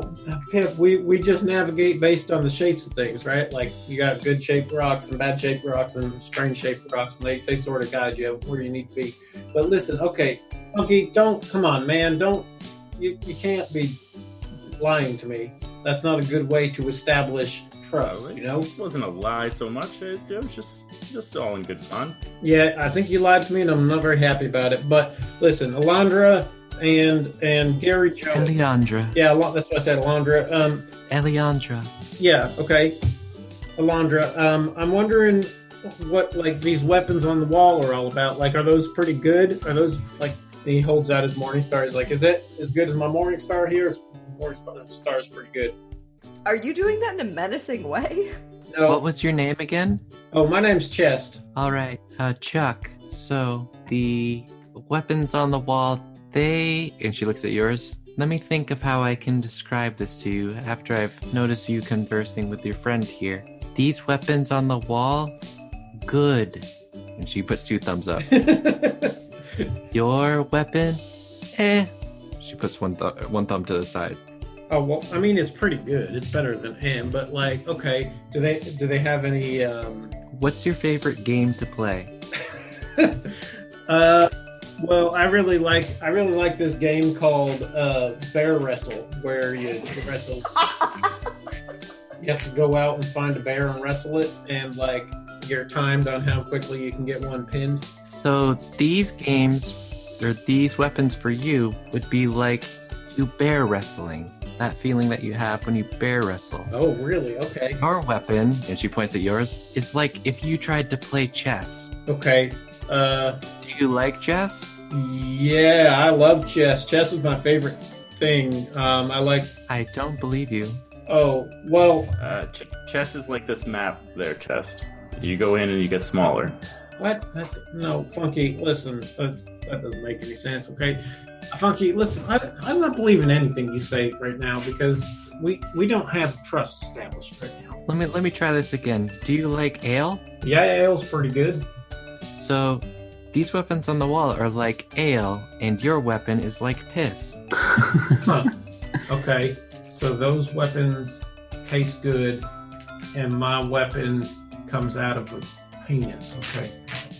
Speaker 6: Pip, we, we just navigate based on the shapes of things, right? Like you got good shaped rocks and bad shaped rocks and strange shaped rocks, and they, they sort of guide you where you need to be. But listen, okay, Funky, don't come on, man, don't you, you can't be lying to me. That's not a good way to establish trust,
Speaker 2: it
Speaker 6: you know?
Speaker 2: wasn't a lie so much. It, it was just just all in good fun.
Speaker 6: Yeah, I think you lied to me, and I'm not very happy about it. But listen, Alondra and and Gary Jones.
Speaker 5: Eleandra.
Speaker 6: Yeah, Alon- that's what I said, Alondra. Um,
Speaker 5: Eleandra.
Speaker 6: yeah, okay, Alondra. Um, I'm wondering what like these weapons on the wall are all about. Like, are those pretty good? Are those like? And he holds out his morning star. He's like, "Is it as good as my morning star here? Morning Star- star is pretty good."
Speaker 4: Are you doing that in a menacing way?
Speaker 6: No.
Speaker 5: What was your name again?
Speaker 6: Oh, my name's Chest.
Speaker 5: All right, uh, Chuck. So the weapons on the wall, they. And she looks at yours. Let me think of how I can describe this to you after I've noticed you conversing with your friend here. These weapons on the wall, good. And she puts two thumbs
Speaker 6: [laughs]
Speaker 5: up. your weapon, eh. She puts one, th- one thumb to the side.
Speaker 6: Oh well, I mean, it's pretty good. It's better than him, but like, okay, do they do they have any? Um,
Speaker 5: What's your favorite game to play?
Speaker 6: uh, well, I really like I really like this game called uh, Bear Wrestle, where you
Speaker 5: [laughs]
Speaker 6: wrestle. you have to go out and find a bear and wrestle it, and like you're timed on how quickly you can get one pinned.
Speaker 5: So these games, or these weapons for you, would be like you bear wrestling. That feeling that you have when you bear wrestle.
Speaker 6: Oh, really? Okay.
Speaker 5: Your weapon, and she points at yours, is like if you tried to play chess.
Speaker 6: Okay. Uh,
Speaker 5: Do you like chess?
Speaker 6: yeah, I love chess. Chess is my favorite thing. Um, I like.
Speaker 5: I don't believe you.
Speaker 6: Oh well,
Speaker 2: Uh, ch- chess is like this map there, chest. You go in and you get smaller.
Speaker 6: What? That, no, Funky, listen, that's, that doesn't make any sense, okay? Funky, listen, I, I'm not believing anything you say right now because we we don't have trust established right now.
Speaker 5: Let me let me try this again. Do you like ale?
Speaker 6: Yeah, ale's
Speaker 4: [laughs]
Speaker 6: pretty good.
Speaker 5: So these weapons on the wall are like ale, and your weapon is like piss.
Speaker 6: Huh. okay, so those weapons taste good, and my weapon comes out of a penis, okay?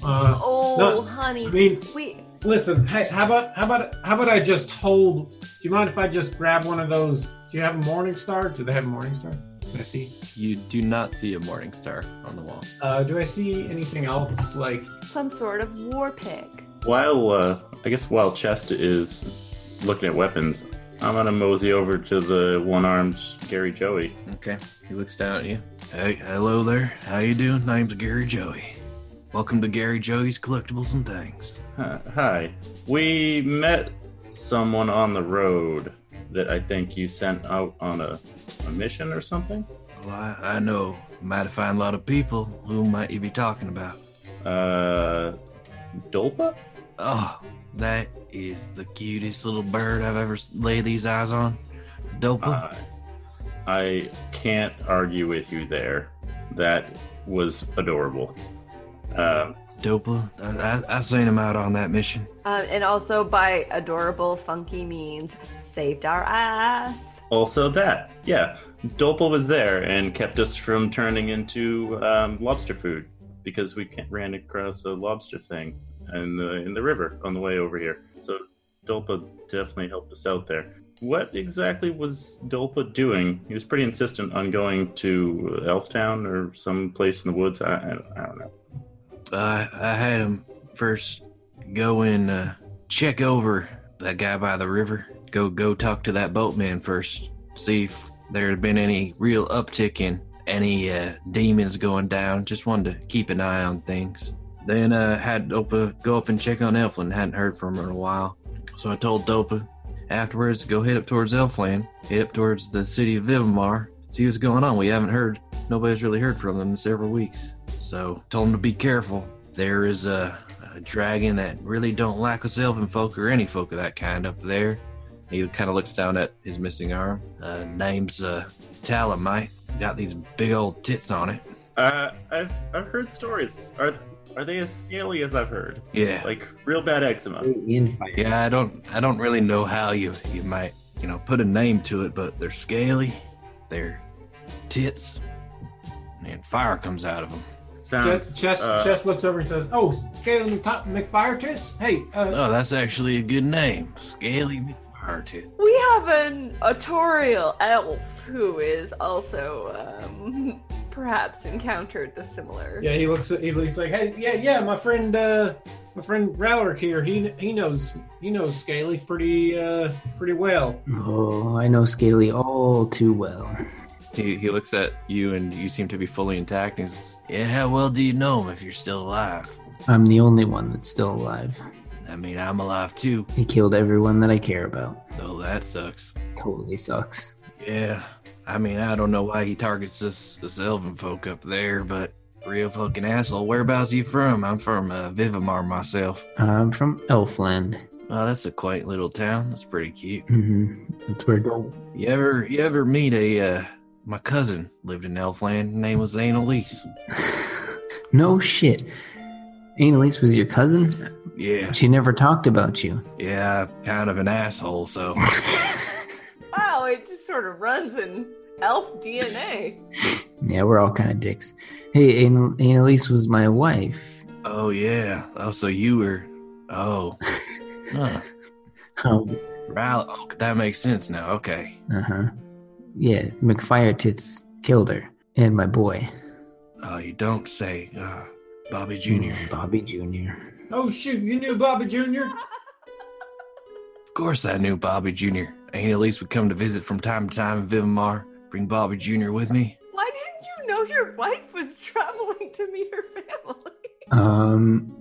Speaker 6: Uh,
Speaker 4: Oh,
Speaker 6: No,
Speaker 4: honey.
Speaker 6: I mean,
Speaker 4: we
Speaker 6: listen, hey, how about how about how about I just hold? Do you mind if I just grab one of those? Do you have a morning star? Do they have a morning star? Can I see?
Speaker 5: You do not see a morning star on the wall.
Speaker 6: Uh, do I see anything else? Like,
Speaker 4: some sort of war pig.
Speaker 2: While uh, I guess while chest is looking at weapons, I'm gonna mosey over to the one-armed Gary Joey.
Speaker 5: Okay. He looks down at you.
Speaker 13: Hey, hello there. How you doing? Name's Gary Joey. Welcome to Gary Joey's Collectibles and Things.
Speaker 2: Hi- Hi. We met someone on the road that I think you sent out on a, a mission or something.
Speaker 13: Well, I, I know you might have found a lot of people. Who might you be talking about?
Speaker 2: Uh, Dolpa?
Speaker 13: Oh, that is the cutest little bird I've ever s- laid these eyes on. Dopa.
Speaker 2: Uh, I can't argue with you there. That was adorable. Um,
Speaker 13: Dopa. I, I, I seen him out on that mission.
Speaker 4: Um, and also by adorable funky means saved our ass.
Speaker 2: also, that. Yeah. Dolpa was there and kept us from turning into um, lobster food. because we ca- ran across a lobster thing in the in the river on the way over here. So Dolpa definitely helped us out there. What exactly was Dolpa doing? He was pretty insistent on going to Elftown or some place in the woods. I, I, I don't know.
Speaker 13: I I had him first go and uh, check over that guy by the river. Go go talk to that boatman first. See if there had been any real uptick in any uh, demons going down. Just wanted to keep an eye on things. Then uh, had Dopa go up and check on Elfland. Hadn't heard from her in a while, so I told Dopa afterwards go head up towards Elfland, head up towards the city of Vivimar. See what's going on. We haven't heard. Nobody's really heard from them in several weeks. So told him to be careful. There is a, a dragon that really don't like us elven folk or any folk of that kind up there. He kind of looks down at his missing arm. Uh, name's uh, Talamite. Got these big old tits on it.
Speaker 2: Uh, I've I've heard stories. Are are they as scaly as I've heard? Uh,
Speaker 13: Yeah.
Speaker 2: like real bad eczema.
Speaker 13: Yeah, I don't I don't really know how you you might you know put a name to it, but they're scaly, they're tits, and fire comes out of them. Um,
Speaker 2: Sounds
Speaker 9: Chess,
Speaker 6: uh,
Speaker 13: uh,
Speaker 9: Chess looks over and says, "Oh, Galen Top McFire tits. Hey, uh,
Speaker 13: Oh, that's actually a good name, scaly fire tit.
Speaker 4: We have an autorial elf who is also um, perhaps encountered a similar.
Speaker 9: Yeah, he looks. He looks like, hey, yeah, yeah. My friend, uh, my friend Rowler here. He he knows he knows Scaly pretty uh pretty well.
Speaker 12: Oh, I know Scaly all too well.
Speaker 5: He, he looks at you and you seem to be fully intact. And he's,
Speaker 13: Yeah, how well do you know him if you're still alive?
Speaker 12: I'm the only one that's still alive.
Speaker 13: I mean, I'm alive too,
Speaker 12: He killed everyone that I care about.
Speaker 13: though that sucks.
Speaker 12: Totally sucks.
Speaker 13: Yeah, I mean, I don't know why he targets us, us elven folk up there, but real fucking asshole. Whereabouts you from? I'm from uh, Vivimar myself.
Speaker 12: Uh, I'm from Elfland.
Speaker 13: Oh, that's a quaint little town. That's pretty cute.
Speaker 12: hmm That's where Dol-
Speaker 13: You ever you ever meet a uh, my cousin lived in Elfland. Her name was Annalise.
Speaker 12: No shit. Annalise was your cousin?
Speaker 13: Yeah,
Speaker 12: She never talked about you.
Speaker 13: yeah, kind of an asshole. So
Speaker 4: Wow, it just sort of runs in elf DNA.
Speaker 12: Yeah, we're all kind of dicks. Hey, Ann- Annalise was my wife.
Speaker 13: oh yeah. Oh, so you were oh. Huh.
Speaker 12: [laughs] Um,
Speaker 13: Ral- oh, that makes sense now. Okay.
Speaker 12: uh huh. Yeah, McFire Tits killed her and my boy,
Speaker 13: Oh, you don't say, uh, Bobby Junior.
Speaker 12: Mm, Bobby Jr.
Speaker 9: Oh shoot, you knew Bobby Junior.
Speaker 13: Of course, I knew Bobby Junior. Annalise would come to visit from time to time in Vivimar. Bring Bobby Junior with me.
Speaker 4: Why didn't you know your wife was traveling to meet her family?
Speaker 12: Um,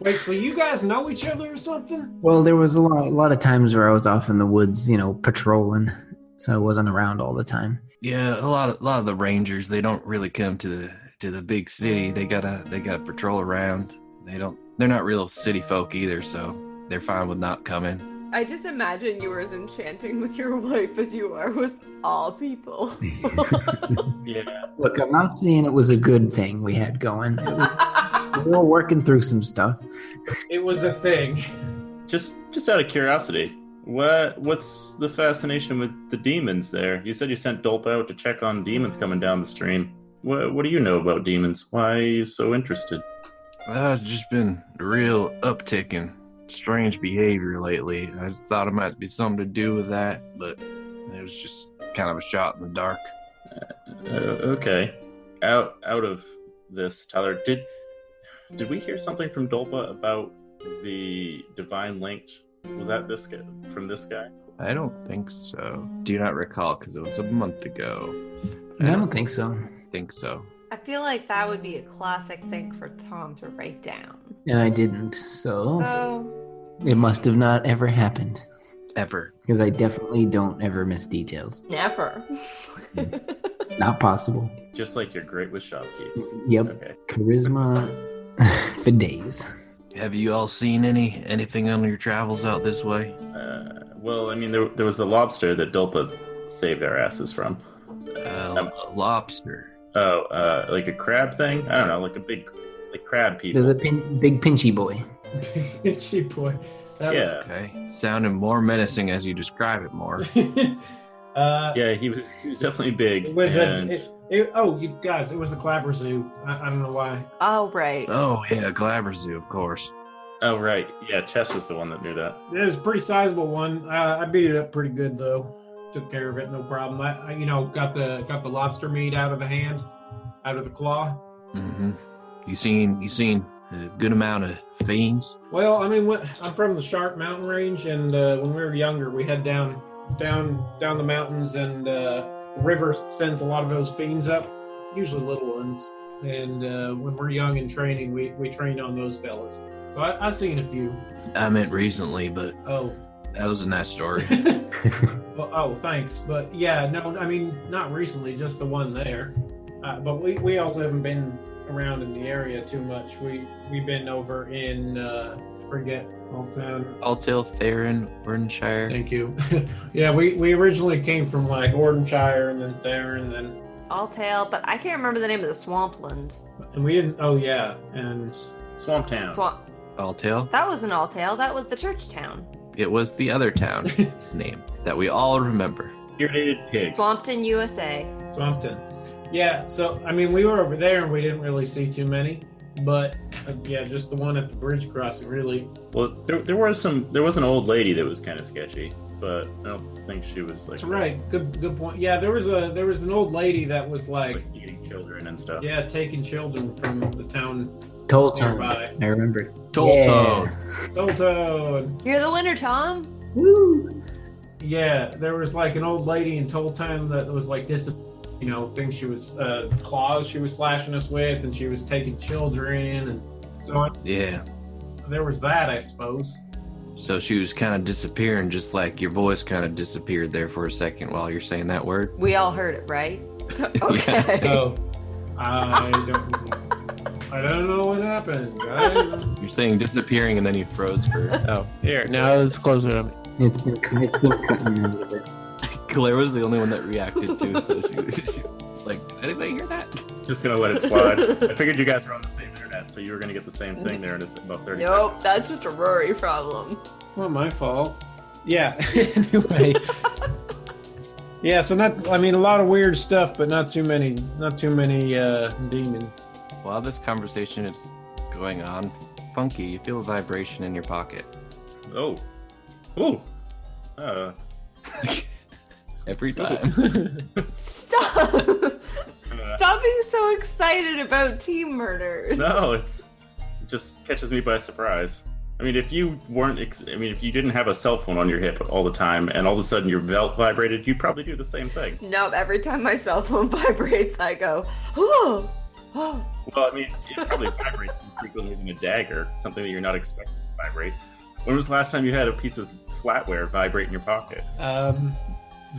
Speaker 9: Wait, so you guys know each other or something?
Speaker 12: well, there was a lot, a lot of times where I was off in the woods, you know, patrolling, so I wasn't around all the time.
Speaker 13: Yeah, a lot of a lot of the rangers they don't really come to the to the big city. They gotta they gotta patrol around. They don't they're not real city folk either, so they're fine with not coming.
Speaker 4: I just imagine you were as enchanting with your wife as you are with all people.
Speaker 2: Yeah,
Speaker 12: Look, I'm not saying it was a good thing we had going. It was, we were working through some stuff.
Speaker 9: It was a thing.
Speaker 2: just just out of curiosity, what what's the fascination with the demons there? You said you sent Dolpa out to check on demons coming down the stream. What what do you know about demons? Why are you so interested?
Speaker 13: Uh, it's just been a real uptick in strange behavior lately. I just thought it might be something to do with that, but it was just kind of a shot in the dark.
Speaker 2: Uh, okay, out out of this, Tyler. Did did we hear something from Dolpa about the divine linked? Was that this guy from this guy?
Speaker 5: I don't think so. Do you not recall? Because it was a month ago.
Speaker 12: I don't think so.
Speaker 5: think so.
Speaker 4: I feel like that would be a classic thing for Tom to write down.
Speaker 12: And I didn't, so
Speaker 4: Oh,
Speaker 12: it must have not ever happened.
Speaker 5: Ever.
Speaker 12: Because I definitely don't ever miss details.
Speaker 4: never.
Speaker 12: Not possible.
Speaker 2: Just like you're great with shopkeeps.
Speaker 12: Yep.
Speaker 2: Okay.
Speaker 12: Charisma [laughs] for days.
Speaker 13: Have you all seen any anything on your travels out this way?
Speaker 2: Uh, well, I mean, there, there was the lobster that Dolpa saved our asses from. Um,
Speaker 13: Uh, a lobster.
Speaker 2: Oh, uh, like a crab thing? I don't know, like a big, like crab
Speaker 12: The,
Speaker 2: people.
Speaker 12: the pin, big pinchy boy.
Speaker 6: [laughs]
Speaker 9: Itchy boy. That
Speaker 2: yeah,
Speaker 13: Okay, sounded more menacing as you describe it more.
Speaker 9: Was, [laughs] uh,
Speaker 2: yeah, he was he was definitely big.
Speaker 9: was
Speaker 2: and
Speaker 9: a, it,
Speaker 6: It, oh, you guys, it was the Clapper Zoo. I, I don't know why.
Speaker 4: Oh, right.
Speaker 13: Oh yeah, Glabber Zoo, of course.
Speaker 2: Oh right, yeah. Chess was the one that knew that.
Speaker 6: It was a pretty sizable one. Uh, I beat it up pretty good though. Took care of it, no problem. I, I, you know, got the got the lobster meat out of the hand, out of the claw.
Speaker 13: hmm You seen you seen a good amount of fiends.
Speaker 6: Well, I mean, what, I'm from the Sharp Mountain Range, and uh, when we were younger, we head down, down, down the mountains, and uh, the rivers sent a lot of those fiends up, usually little ones. And uh, when we're young and training, we we train on those fellas. So I, I've seen a few.
Speaker 13: I meant recently, but
Speaker 6: Oh,
Speaker 13: that was a nice
Speaker 2: [laughs]
Speaker 13: story.
Speaker 6: well, oh, thanks. But yeah, no, I mean, not recently, just the one there. Uh, but we, we also haven't been around in the area too much. We we've been over in uh, forget Old Town.
Speaker 5: Altil, Theron, Wardenshire. [laughs]
Speaker 6: Thank you. yeah, we, we originally came from like Ordenshire and then Theron, and then
Speaker 4: All tail, but I can't remember the name of the swampland.
Speaker 6: and we didn't. Oh yeah, and
Speaker 2: Swamp Town.
Speaker 4: Swamp.
Speaker 5: Altil.
Speaker 4: That wasn't all tail. That was the church town.
Speaker 5: It was the
Speaker 9: [laughs]
Speaker 5: other town name that we all remember.
Speaker 2: Irritated pig.
Speaker 4: Swampton, USA.
Speaker 6: Swampton. Yeah, so I mean, we were over there and we didn't really see too many, but uh, yeah, just the one at the bridge crossing really.
Speaker 2: Well, there, there was some. There was an old lady that was kind of sketchy, but I don't think she was like
Speaker 6: That's right. Good good point. Yeah, there was a there was an old lady that was like
Speaker 2: eating children and stuff.
Speaker 6: yeah taking children from the town
Speaker 12: Toll Town.
Speaker 6: nearby.
Speaker 12: I remember.
Speaker 5: Toll
Speaker 12: Yeah.
Speaker 5: Town.
Speaker 6: Tolton.
Speaker 4: You're the winner, Tom.
Speaker 12: Woo.
Speaker 6: Yeah, there was like an old lady in Tolton that was like dis, you know, things she was uh, claws she was slashing us with, and she was taking children, and so on.
Speaker 13: yeah.
Speaker 6: there was that, I suppose.
Speaker 13: So she was kind of disappearing, just like your voice kind of disappeared there for a second while you're saying that word.
Speaker 4: We all heard it, right? okay.
Speaker 6: So I don't. I don't know what happened, guys.
Speaker 5: You're saying disappearing and then you
Speaker 12: [laughs]
Speaker 5: froze for.
Speaker 2: Oh,
Speaker 12: Here, now it's closer to me. It's been it's been cutting in a little bit.
Speaker 5: Claire was the only one that reacted to it. So she, [laughs] she was like, did anybody hear that?
Speaker 2: Just gonna let
Speaker 6: [laughs]
Speaker 2: it slide. I figured you guys were on the same internet, so you were gonna get the same thing there in about thirty seconds.
Speaker 4: Nope, that's just a Rory problem.
Speaker 6: Not my fault. Yeah. [laughs] anyway. yeah. So not. I mean, a lot of weird stuff, but not too many. Not too many uh, demons.
Speaker 5: While this conversation is going on, Funky, you feel a vibration in your pocket.
Speaker 2: Oh, ooh, uh,
Speaker 5: Every time.
Speaker 4: Stop.
Speaker 2: [laughs] uh,
Speaker 4: Stop being so excited about team murders.
Speaker 2: no, it's it just catches me by surprise. I mean, if you weren't, ex- I mean, if you didn't have a cell phone on your hip all the time, and all of a sudden your belt vibrated, you'd probably do the same thing.
Speaker 4: Nope, every time my cell phone [laughs] vibrates, I go, oh, oh.
Speaker 2: Well, I mean, it probably vibrates more frequently than a dagger, something that you're not expecting to vibrate. When was the last time you had a piece of flatware vibrate in your pocket?
Speaker 6: Um,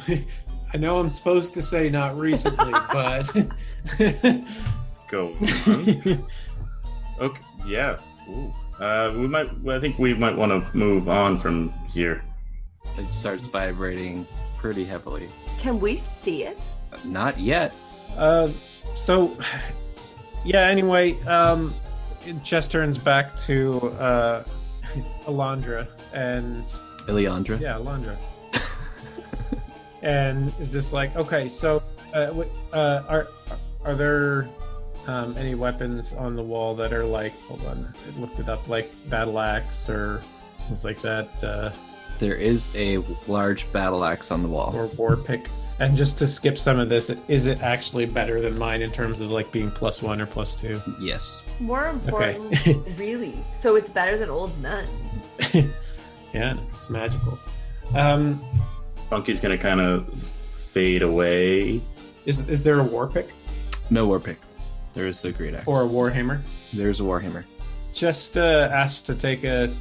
Speaker 6: [laughs] I know I'm supposed to say not recently, but
Speaker 2: Go. hmm? okay. Yeah. Ooh. Uh, we might. well, I think we might want to move on from here.
Speaker 5: It starts vibrating pretty heavily.
Speaker 4: Can we see it?
Speaker 5: Not yet.
Speaker 6: uh, so yeah. Anyway, um, Chess turns back to uh, [laughs] Alondra and
Speaker 5: Eliandra.
Speaker 6: Yeah, Alondra. [laughs] and is just like, okay, so uh, w- uh, are are there um, any weapons on the wall that are like? Hold on, I looked it up, like battle axe or things like that, uh,
Speaker 5: There is a large battle axe on the wall.
Speaker 6: or war pick. And just to skip some of this, is it actually better than mine in terms of like being plus one or plus two?
Speaker 5: Yes.
Speaker 4: More important,
Speaker 6: Okay.
Speaker 4: really. So it's better than old nuns.
Speaker 6: yeah, it's magical. Um,
Speaker 2: Funky's gonna kind of fade away.
Speaker 6: is is there a war pick
Speaker 5: No war pick. There is the great axe.
Speaker 6: or a war hammer?
Speaker 5: There's a warhammer.
Speaker 6: just uh, asked to take a.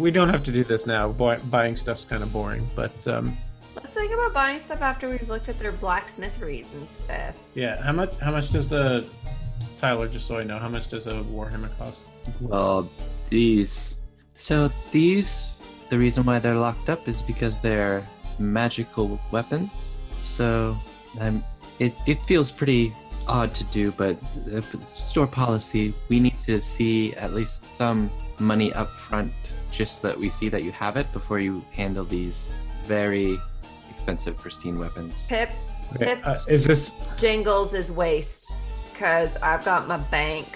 Speaker 6: We don't have to do this now. Buy, buying stuff's kind of boring, but um,
Speaker 4: Let's think about buying stuff after we've looked at their blacksmitheries and stuff.
Speaker 6: yeah. How much? How much does a Tyler? Just so I know, how much does a warhammer cost?
Speaker 5: Well, these. So these. The reason why they're locked up is because they're magical weapons. So, um, it it feels pretty odd to do, but the the store policy. We need to see at least some money up front, just that we see that you have it before you handle these very expensive pristine weapons.
Speaker 4: Pip,
Speaker 9: Okay, uh, is this
Speaker 4: Jingles is waste because I've got my bank.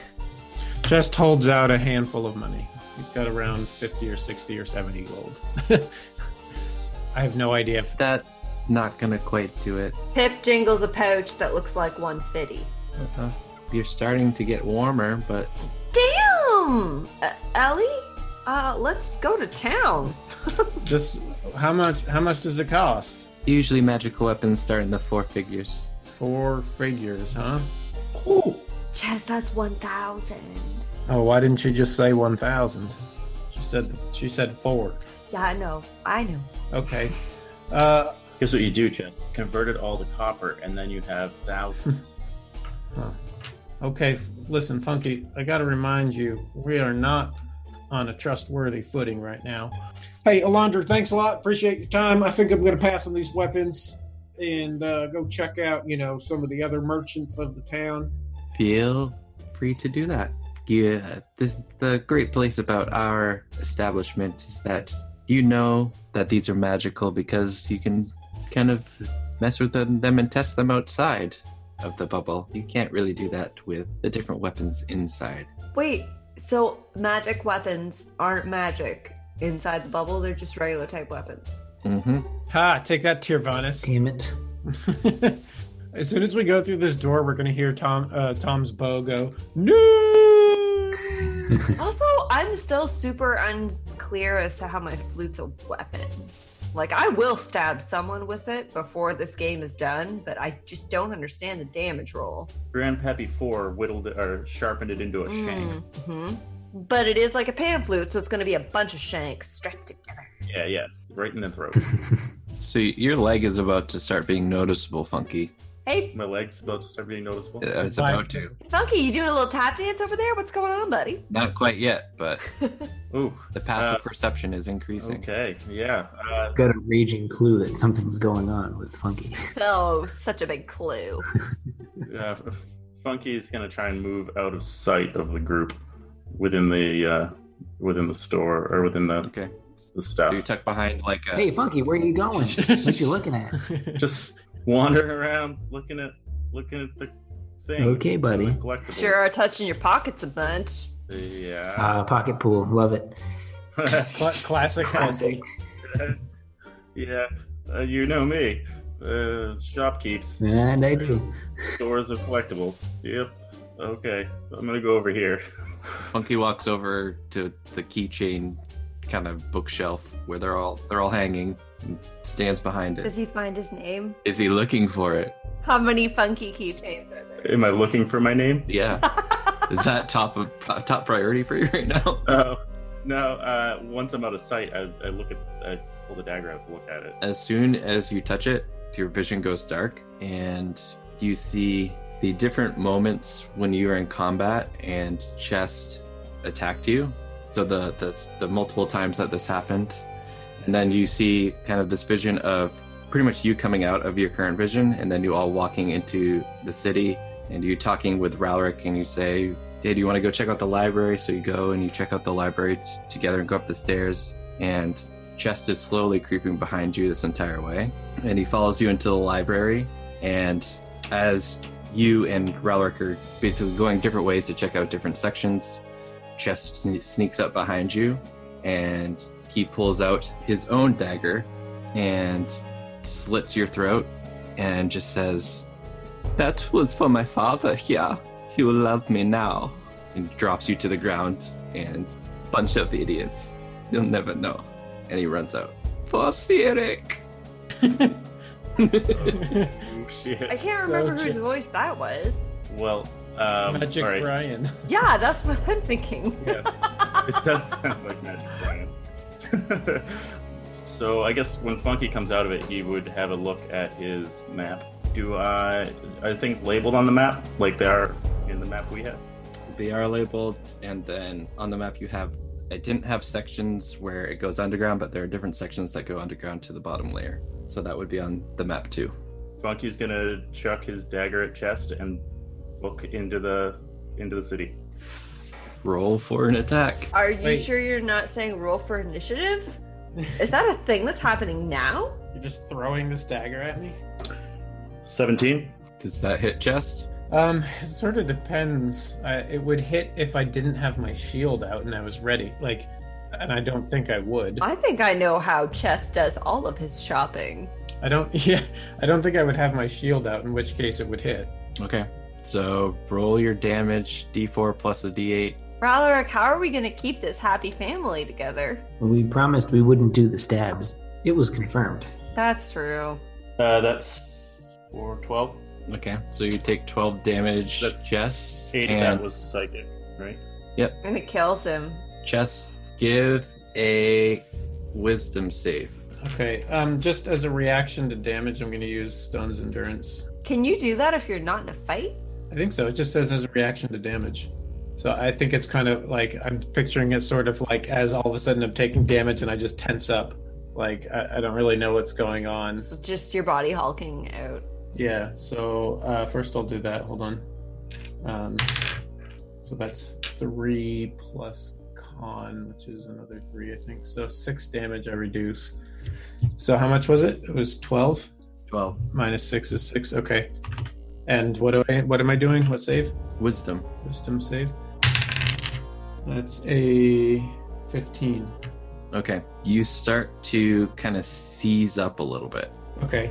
Speaker 9: Chest holds out a handful of money. He's got around 50 or 60 or 70
Speaker 6: [laughs]
Speaker 9: gold. I have no idea if
Speaker 5: that's not going to equate to it.
Speaker 4: Pip jingles a pouch that looks like 150.
Speaker 5: Uh-huh. You're starting to get warmer, but
Speaker 4: Damn, uh, Ellie, uh, let's go to town.
Speaker 9: just how much how much does it cost?
Speaker 5: usually magical weapons start in the four figures.
Speaker 9: Four figures, huh?
Speaker 4: Chess, that's 1,000.
Speaker 9: Oh, why didn't she just say 1000? She said she said 4.
Speaker 4: Yeah, I know. I know.
Speaker 9: Okay. Uh,
Speaker 2: Here's what you do, Chess. Convert it all to copper, and then you have thousands.
Speaker 9: Okay, f- listen, Funky, I got to remind you, we are not [laughs] on a trustworthy footing right now.
Speaker 6: Hey, Alondra, thanks a lot. Appreciate your time. I think I'm going to pass on these weapons and uh, go check out, you know, some of the other merchants of the town.
Speaker 5: feel free to do that. Yeah, this the great place about our establishment is that you know that these are magical because you can kind of mess with them, them and test them outside of the bubble. You can't really do that with the different weapons inside.
Speaker 4: Wait, so magic weapons aren't magic inside the bubble, they're just regular type weapons.
Speaker 5: Mm-hmm.
Speaker 9: Ha, take that, Tirvanis.
Speaker 12: Damn it.
Speaker 9: [laughs] As soon as we go through this door, we're going to hear Tom uh, Tom's bow go, no!
Speaker 4: also, I'm still super unclear as to how my flute's a weapon. Like, I will stab someone with it before this game is done, but I just don't understand the damage roll.
Speaker 2: Grandpappy Four whittled it, or sharpened it into a shank.
Speaker 4: Mhm. But it is like a pan flute, so it's going to be a bunch of shanks strapped together.
Speaker 2: Yeah, yeah, right in
Speaker 5: [laughs]
Speaker 2: the throat.
Speaker 5: So your leg is about to start being noticeable, Funky.
Speaker 4: Hey,
Speaker 2: My legs about to start being noticeable.
Speaker 5: Uh, It's about to.
Speaker 4: Funky, you doing a little tap dance over there? What's going on,
Speaker 2: [laughs]
Speaker 4: buddy?
Speaker 5: Not quite yet, but
Speaker 2: Ooh,
Speaker 5: the passive
Speaker 2: Uh,
Speaker 5: perception is increasing.
Speaker 2: okay, yeah. Uh,
Speaker 12: Got a raging clue that something's going on with Funky.
Speaker 4: Oh, such a big clue.
Speaker 2: uh, [laughs] Funky is gonna try and move out of sight of the group within the uh, within the store or within the
Speaker 5: Okay.
Speaker 2: the
Speaker 5: So
Speaker 2: stuff.
Speaker 5: you're tucked behind like a
Speaker 12: Hey, Funky, where are you going? What you looking at?
Speaker 2: Just [laughs] wandering around, looking at looking at the things.
Speaker 12: Okay, buddy.
Speaker 2: the collectibles.
Speaker 4: Sure are touching your pockets a bunch.
Speaker 2: Yeah.
Speaker 12: Uh, pocket pool. Love it.
Speaker 9: Cla- classic.
Speaker 12: Classic.
Speaker 2: [laughs] yeah. Uh, you know me. Uh, shopkeeps.
Speaker 12: And I do.
Speaker 2: Stores of collectibles. Yep. Okay. I'm gonna go over here.
Speaker 5: Funky walks over to the keychain kind of bookshelf where they're all they're all hanging and stands behind it.
Speaker 4: Does he find his name?
Speaker 5: Is he looking for it?
Speaker 4: How many funky keychains are
Speaker 9: [laughs]
Speaker 4: there?
Speaker 2: Am I looking for my name?
Speaker 5: Yeah. Is that top of uh, top priority for you right
Speaker 2: [laughs]
Speaker 5: now?
Speaker 2: Oh no. Uh, once I'm out of sight, I, I look at. I pull the dagger out to look at it.
Speaker 5: As soon as you touch it, your vision goes dark and you see the different moments when you were in combat and chest attacked you. So the the, the multiple times that this happened. And then you see kind of this vision of pretty much you coming out of your current vision and then you all walking into the city and you talking with Ralric and you say, Hey, do you want to go check out the library? So you go and you check out the library t- together and go up the stairs. And Chest is slowly creeping behind you this entire way. And he follows you into the library. And as you and Ralric are basically going different ways to check out different sections, Chest sne- sneaks up behind you and he pulls out his own dagger and slits your throat and just says, That was for my father here. He will love me now. And drops you to the ground and bunch of idiots. You'll never know. And he runs out. For Sirik!
Speaker 2: Oh, shit.
Speaker 4: I can't
Speaker 9: So
Speaker 4: remember whose
Speaker 9: chi-
Speaker 4: voice that was.
Speaker 2: Well, um,
Speaker 9: Magic
Speaker 2: all right.
Speaker 9: Brian.
Speaker 4: Yeah, that's what I'm thinking.
Speaker 9: [laughs]
Speaker 2: Yeah, it does sound like Magic Brian. [laughs] so I guess when Funky comes out of it, he would have a look at his map. Do I are things labeled on the map like they are in the map we have?
Speaker 5: They are labeled, and then on the map you have. I didn't have sections where it goes underground, but there are different sections that go underground to the bottom layer. So that would be on the map too.
Speaker 2: Funky's gonna chuck his dagger at chest and look into the into the city.
Speaker 5: Roll for an attack.
Speaker 4: Are you
Speaker 9: Wait.
Speaker 4: sure you're not saying roll
Speaker 9: [laughs]
Speaker 4: for initiative? Is that a thing that's happening now?
Speaker 9: You're just throwing this dagger at me?
Speaker 2: 17?
Speaker 5: Does that hit chest?
Speaker 6: Um, it sort of depends. I, it would hit if I didn't have my shield out and I was ready. Like, and I don't think I would.
Speaker 4: I think I know how Chess does all of his shopping.
Speaker 6: I don't. [laughs] Yeah, I don't think I would have my shield out. In which case, it would hit.
Speaker 5: Okay. So roll your damage, d4 plus a d8.
Speaker 4: Ralaric, how are we going to keep this happy family together?
Speaker 12: We promised we wouldn't do the stabs. It was confirmed.
Speaker 4: That's true.
Speaker 2: Uh, that's four twelve.
Speaker 5: Okay. So you take 12 damage, That's Chess.
Speaker 2: Eight of that was psychic, right?
Speaker 5: Yep.
Speaker 4: And it kills him.
Speaker 5: Chess, give a wisdom save.
Speaker 6: Okay. Um, just as a reaction to damage, I'm going to use Stone's Endurance.
Speaker 4: Can you do that if you're not in a fight?
Speaker 6: I think so. It just says as a reaction to damage. So I think it's kind of like I'm picturing it sort of like as all of a sudden I'm taking damage and I just tense up. Like I, I don't really know what's going on.
Speaker 4: It's just your body hulking out.
Speaker 6: Yeah. So uh, first I'll do that. Hold on. Um, so that's three plus con, which is another three, I think. So six damage I reduce. So how much was it? It was twelve.
Speaker 5: 12.
Speaker 6: Minus six is six. Okay. And what do I? What am I doing? What save?
Speaker 5: Wisdom.
Speaker 6: Wisdom save. That's a fifteen.
Speaker 5: Okay. You start to kind of seize up a little bit.
Speaker 6: Okay.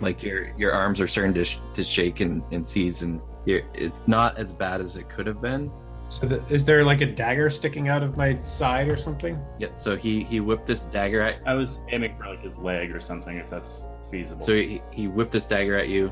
Speaker 5: Like your your arms are starting to, sh- to shake and, and seize, and you're, it's not as bad as it could have been.
Speaker 6: So the, is there like a dagger sticking out of my side or something?
Speaker 5: Yeah. So he he whipped this dagger at.
Speaker 2: I was aiming for like his leg or something, if that's feasible.
Speaker 5: So he he whipped this dagger at you,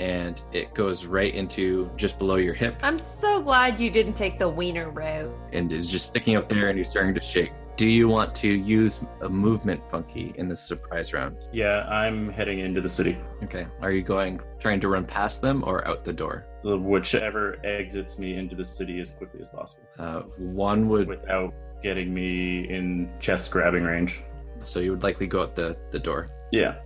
Speaker 5: and it goes right into just below your hip,
Speaker 4: I'm so glad you didn't take the wiener route.
Speaker 5: and is just sticking up there, and you're starting to shake. Do you want to use a movement funky in this surprise round?
Speaker 2: yeah, I'm heading into the city.
Speaker 5: Okay. Are you going trying to run past them or out the door?
Speaker 2: Whichever exits me into the city as quickly as possible.
Speaker 5: Uh, one would
Speaker 2: without getting me in chest grabbing range.
Speaker 5: So you would likely go out the the door.
Speaker 2: Yeah.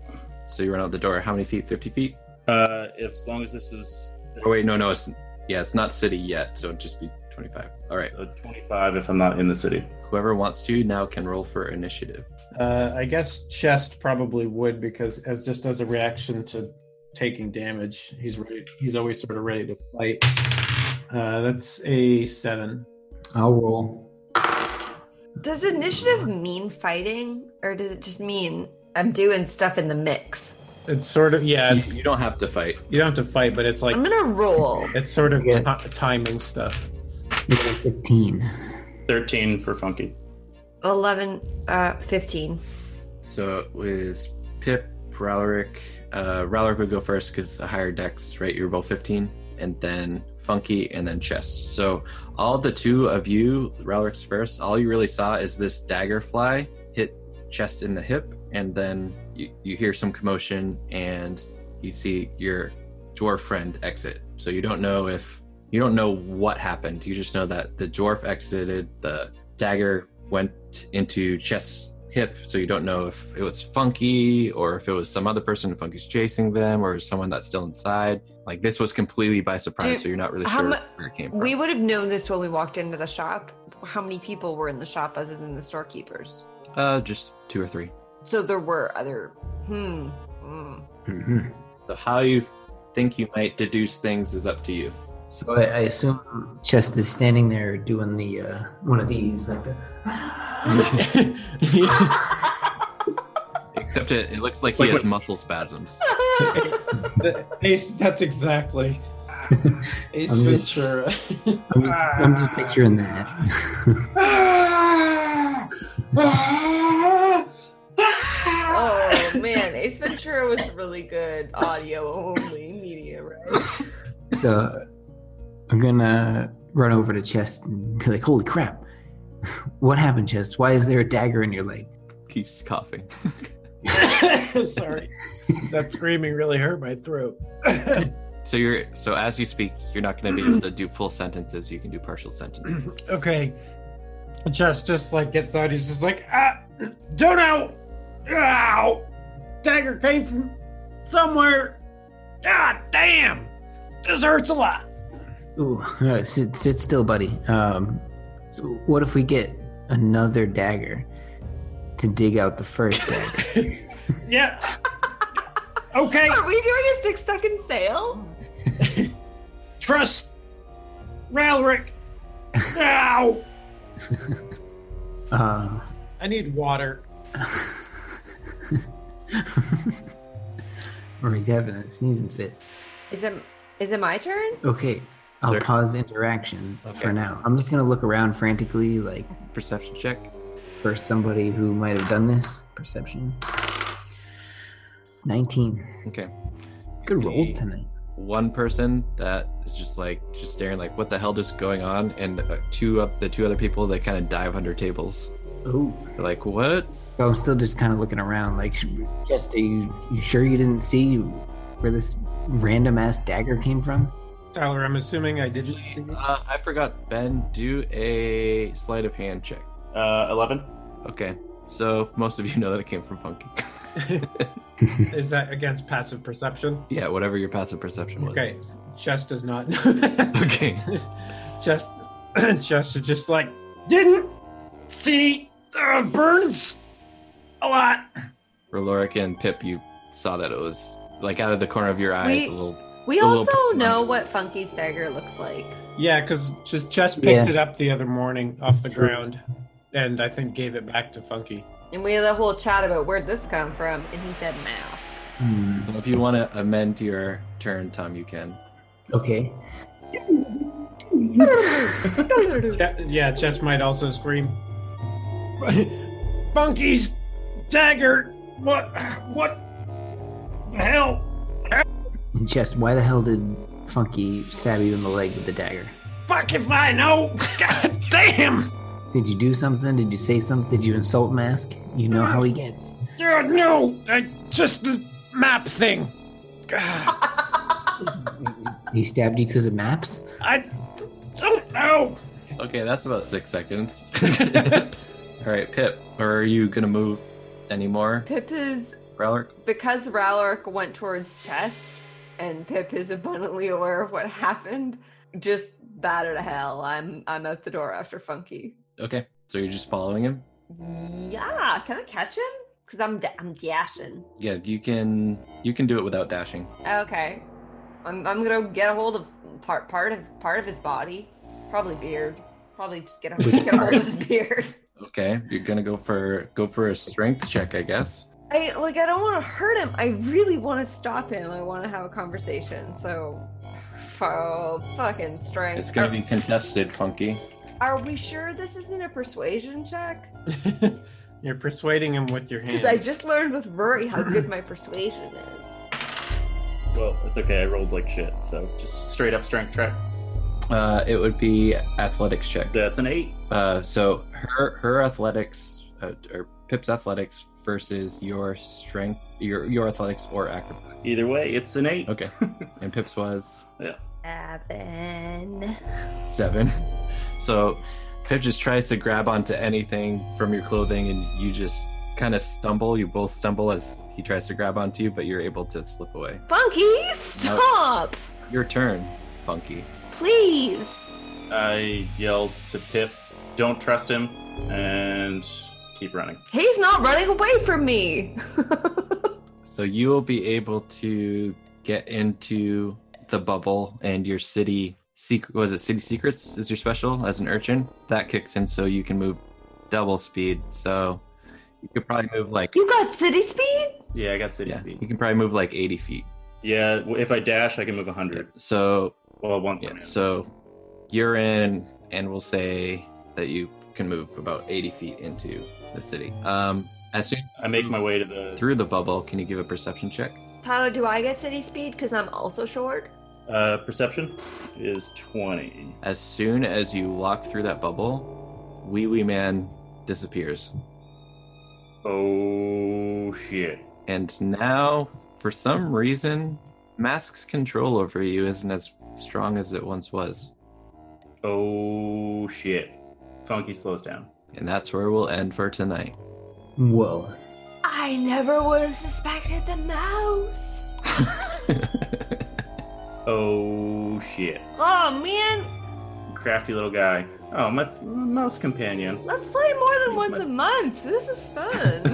Speaker 5: So you run out the door. How many feet? Fifty feet?
Speaker 2: Uh, if, as long as this is
Speaker 5: Oh wait, no, no, it's yeah, it's not city yet. So it'd just be twenty five. All right.
Speaker 2: uh, 25, if I'm not in the city.
Speaker 5: Whoever wants to now can roll for initiative.
Speaker 6: Uh, I guess chest probably would because as just as a reaction to taking damage, he's ready. He's always sort of ready to fight. Uh, that's a seven.
Speaker 12: I'll roll.
Speaker 4: Does initiative mean fighting, or does it just mean I'm doing stuff in the mix?
Speaker 6: It's sort of yeah. It's,
Speaker 5: you don't have to fight.
Speaker 6: You don't have to fight, but it's like
Speaker 4: I'm gonna roll.
Speaker 6: it's sort of ti- timing stuff.
Speaker 12: Fifteen.
Speaker 2: 13 for Funky.
Speaker 4: 11, uh, 15.
Speaker 5: So it was Pip, Ralric. Uh, Ralric would go first because a higher dex, right? You were both 15, and then Funky, and then Chest. So all the two of you, Ralric's first, all you really saw is this dagger fly hit Chest in the hip, and then you, you hear some commotion, and you see your dwarf friend exit. So you don't know if you don't know what happened. You just know that the dwarf exited, the dagger went into Chest's hip, so you don't know if it was Funky or if it was some other person Funky's chasing them or someone that's still inside. Like this was completely by surprise,
Speaker 4: Dude,
Speaker 5: so you're not really
Speaker 4: how
Speaker 5: sure
Speaker 4: mu-
Speaker 5: where it came from.
Speaker 4: We would have known this when we walked into the shop. How many people were in the shop other than the storekeepers?
Speaker 5: Uh, just two or three.
Speaker 4: So there were other. Hmm. hmm.
Speaker 12: Mm-hmm.
Speaker 5: So how you think you might deduce things is up to you.
Speaker 12: So I, I assume Chest is standing there doing the uh, one of these, like
Speaker 5: [laughs]
Speaker 12: the
Speaker 5: Except it, it looks like,
Speaker 6: Like
Speaker 5: he has
Speaker 6: what-
Speaker 5: muscle spasms.
Speaker 6: The- Ace, that's
Speaker 12: [laughs]
Speaker 6: exactly. Ace
Speaker 12: I'm just-
Speaker 6: Ventura.
Speaker 12: I'm, I'm
Speaker 6: [laughs]
Speaker 12: just picturing that.
Speaker 4: Oh man, Ace Ventura was really good audio only media, right?
Speaker 12: so I'm gonna run over to Chest and be like, "Holy crap! What happened, Chest? Why is there a dagger in your leg?"
Speaker 5: He's coughing.
Speaker 6: Sorry, that screaming really hurt my throat.
Speaker 5: So you're so as you speak, you're not going to be able to do full sentences. You can do partial sentences.
Speaker 6: [clears throat] Okay. Chess just like gets out. He's just like, ah, don't know. Ow! Dagger came from somewhere. God damn! This hurts a lot.
Speaker 12: Ooh, uh, sit, sit still, buddy. Um, so what if we get another
Speaker 5: [laughs]
Speaker 12: dagger to dig out the first dagger?
Speaker 6: Yeah. Okay.
Speaker 4: [laughs] Are we doing a six second sale?
Speaker 6: [laughs] Trust Ralric. Ow!
Speaker 12: Uh,
Speaker 6: I need water.
Speaker 12: or he's having a sneezing fit.
Speaker 4: Is it is it my turn?
Speaker 12: Okay, I'll pause interaction for now. I'm just gonna look around frantically, like
Speaker 5: perception check
Speaker 12: for somebody who might have done this. Perception. Nineteen.
Speaker 5: Okay.
Speaker 12: Good
Speaker 5: See
Speaker 12: rolls tonight.
Speaker 5: One person that is just like just staring, like what the hell is going on, and uh, two of the two other people they kind of dive under tables.
Speaker 12: Ooh.
Speaker 5: They're like what?
Speaker 12: So I'm still just kind of looking around, like, "Sh- just are you, you sure you didn't see where this random ass dagger came from?
Speaker 6: Tyler, I'm assuming I didn't.
Speaker 5: Uh, I forgot. Ben, do a sleight of hand check.
Speaker 2: Uh, eleven.
Speaker 5: Okay, so most of you know that it came from Funky. [laughs]
Speaker 6: Is that against passive perception?
Speaker 5: yeah, whatever your passive perception was.
Speaker 6: Okay. Chess does not.
Speaker 5: [laughs]
Speaker 6: [laughs]
Speaker 5: okay.
Speaker 6: [clears throat] Chess, Chess is just like, didn't see uh, burns a lot.
Speaker 5: Roloric and Pip, you saw that it was like out of the corner of your eye.
Speaker 4: We-
Speaker 5: a little,
Speaker 4: We
Speaker 5: a little
Speaker 4: also know what Funky Stagger looks like.
Speaker 6: Yeah, because just Chess picked
Speaker 5: Yeah.
Speaker 6: it up the other morning off the ground, and I think gave it back to Funky.
Speaker 4: And we had a whole chat about where'd this come from, and he said mask.
Speaker 5: So if you want to amend your turn, Tom, you can.
Speaker 12: Okay.
Speaker 6: Che- yeah, Chess might also scream. [laughs] Funky's dagger. What? What? The hell?
Speaker 12: And just why the hell did Funky stab you in the leg with the dagger?
Speaker 6: Fuck if I know. [laughs] God damn.
Speaker 12: Did you do something? Did you say something? Did you insult Mask? You know how
Speaker 6: [laughs]
Speaker 12: he gets.
Speaker 6: Dude, no. I, just the
Speaker 12: [laughs]
Speaker 6: map thing.
Speaker 12: He stabbed you because of maps?
Speaker 6: I don't know.
Speaker 5: Okay, that's about six seconds. [laughs] All right, Pip, are you gonna move anymore,
Speaker 4: Pip is
Speaker 5: Roloric?
Speaker 4: because Ralork went towards chest, and Pip is abundantly aware of what happened. Just batter to hell. I'm I'm out the door after Funky.
Speaker 5: Okay, so you're just following him.
Speaker 4: Yeah, can I catch him? Cause I'm da- I'm dashing.
Speaker 5: Yeah, you can. You can do it without dashing.
Speaker 4: Okay, I'm I'm gonna get a hold of part part of part of his body, probably beard. Probably just get a, get a hold of his beard.
Speaker 5: Okay, you're gonna go for go for a strength check, I guess.
Speaker 4: I like I don't want to hurt him. I really want to stop him. I want to have a conversation. So, [sighs] fo- fucking strength.
Speaker 5: It's gonna
Speaker 4: Are-
Speaker 5: be contested, Funky.
Speaker 4: Are we sure this isn't a persuasion check?
Speaker 6: You're persuading him with your
Speaker 4: Because
Speaker 6: hand.
Speaker 4: I just learned with Rory how good my persuasion is.
Speaker 2: Well, it's okay. I rolled like shit, so just straight up strength check.
Speaker 5: Uh, it would be athletics check.
Speaker 2: That's an eight.
Speaker 5: Uh, so her her athletics uh, or Pip's athletics versus your strength, your your athletics or acrobatics.
Speaker 2: Either way, it's an eight. [laughs]
Speaker 5: Okay, and Pip's was
Speaker 2: Yeah.
Speaker 4: Seven.
Speaker 5: seven. [laughs] So Pip just tries to grab onto anything from your clothing, and you just kind of stumble. You both stumble as he tries to grab onto you, but you're able to slip away.
Speaker 4: Funky, stop,
Speaker 5: Your turn, Funky.
Speaker 4: please.
Speaker 2: I yelled to Pip, "Don't trust him," and keep running.
Speaker 4: He's not running away from me.
Speaker 5: So you will be able to get into the bubble and your city secret was it city secrets is your special as an urchin that kicks in so you can move double speed so you could probably move like
Speaker 4: You got city speed.
Speaker 2: Yeah, I got city
Speaker 5: yeah,
Speaker 2: speed.
Speaker 5: you can probably move like 80 feet
Speaker 2: Yeah, w- if I dash, I can move 100.
Speaker 5: so
Speaker 2: Well, once.
Speaker 5: yeah, so you're in and we'll say that you can move about 80 feet into the city um as soon
Speaker 2: I make my way to the
Speaker 5: through the bubble can you give a perception check
Speaker 4: Tyler, do I get city speed? Because I'm also short.
Speaker 2: Uh, perception is 20.
Speaker 5: As soon as you walk through that bubble, Wee Wee Man disappears.
Speaker 2: Oh shit.
Speaker 5: And now, for some reason, Mask's control over you isn't as strong as it once was.
Speaker 2: Oh shit. Funky slows down.
Speaker 5: And that's where we'll end for tonight.
Speaker 12: Whoa.
Speaker 4: I never would have suspected the mouse.
Speaker 2: Oh shit.
Speaker 4: Oh man,
Speaker 2: Crafty little guy. Oh, my my mouse companion.
Speaker 4: let's play more than
Speaker 2: Use
Speaker 4: once
Speaker 2: my-
Speaker 4: a month. This is fun.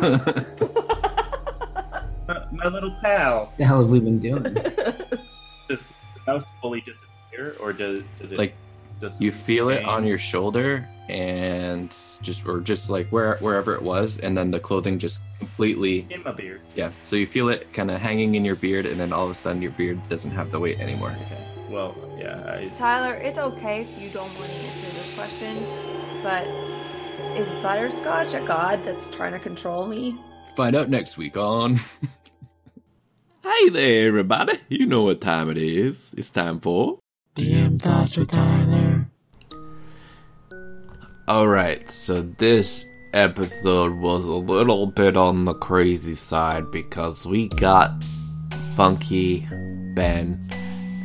Speaker 2: Uh, my little pal.
Speaker 12: the hell have we been doing?
Speaker 2: Does the mouse fully disappear, or does does it?
Speaker 13: Like,
Speaker 2: does
Speaker 13: You feel it on your shoulder and just or just like where wherever it was, and then the clothing just completely
Speaker 2: in my beard.
Speaker 13: Yeah. So you feel it kind of hanging in your beard, and then all of a sudden your beard doesn't have the weight anymore.
Speaker 2: Well, yeah. I,
Speaker 4: Tyler, it's okay if you don't want to answer this question, but is butterscotch a god that's trying to control me?
Speaker 13: Find out next week on.
Speaker 5: [laughs] Hey there, everybody. You know what time it is. It's time for.
Speaker 14: DM thoughts with Tyler.
Speaker 5: Alright, so this episode was a little bit on the crazy side because we got Funky Ben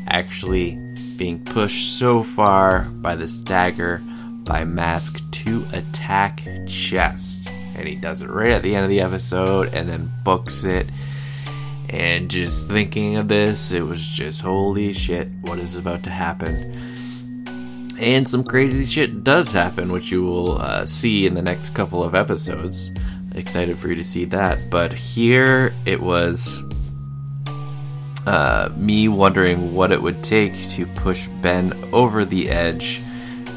Speaker 5: actually being pushed so far by the stagger by Mask to attack Chest. And he does it right at the end of the episode and then books it. And just thinking of this, it was just holy shit, what is about to happen? And some crazy shit does happen, which you will uh, see in the next couple of episodes. Excited for you to see that. But here it was uh, me wondering what it would take to push Ben over the edge.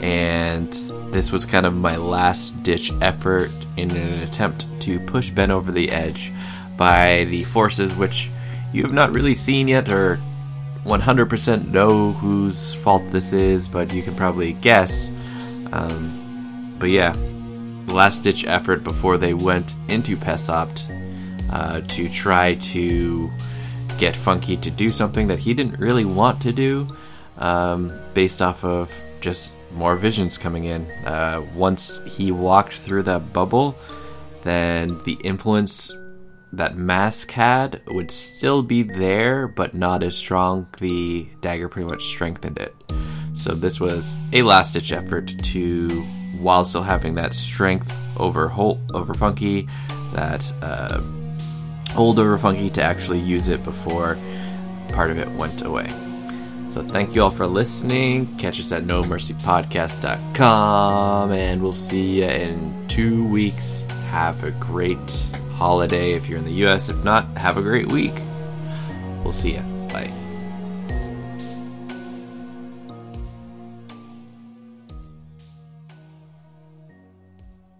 Speaker 5: And this was kind of my last ditch effort in an attempt to push Ben over the edge by the forces which you have not really seen yet or 100% know whose fault this is, but you can probably guess. Um, but yeah, last ditch effort before they went into Pesopt uh, to try to get Funky to do something that he didn't really want to do, um, based off of just more visions coming in. Uh, once he walked through that bubble, then the influence that mask had would still be there, but not as strong. The dagger pretty much strengthened it. So this was a last ditch effort to, while still having that strength over Holt, over Funky, that uh, hold over Funky to actually use it before part of it went away. So thank you all for listening. Catch us at nomercypodcast.com and we'll see you in two weeks. Have a great holiday if you're in the US. If not, have a great week. We'll see you. Bye.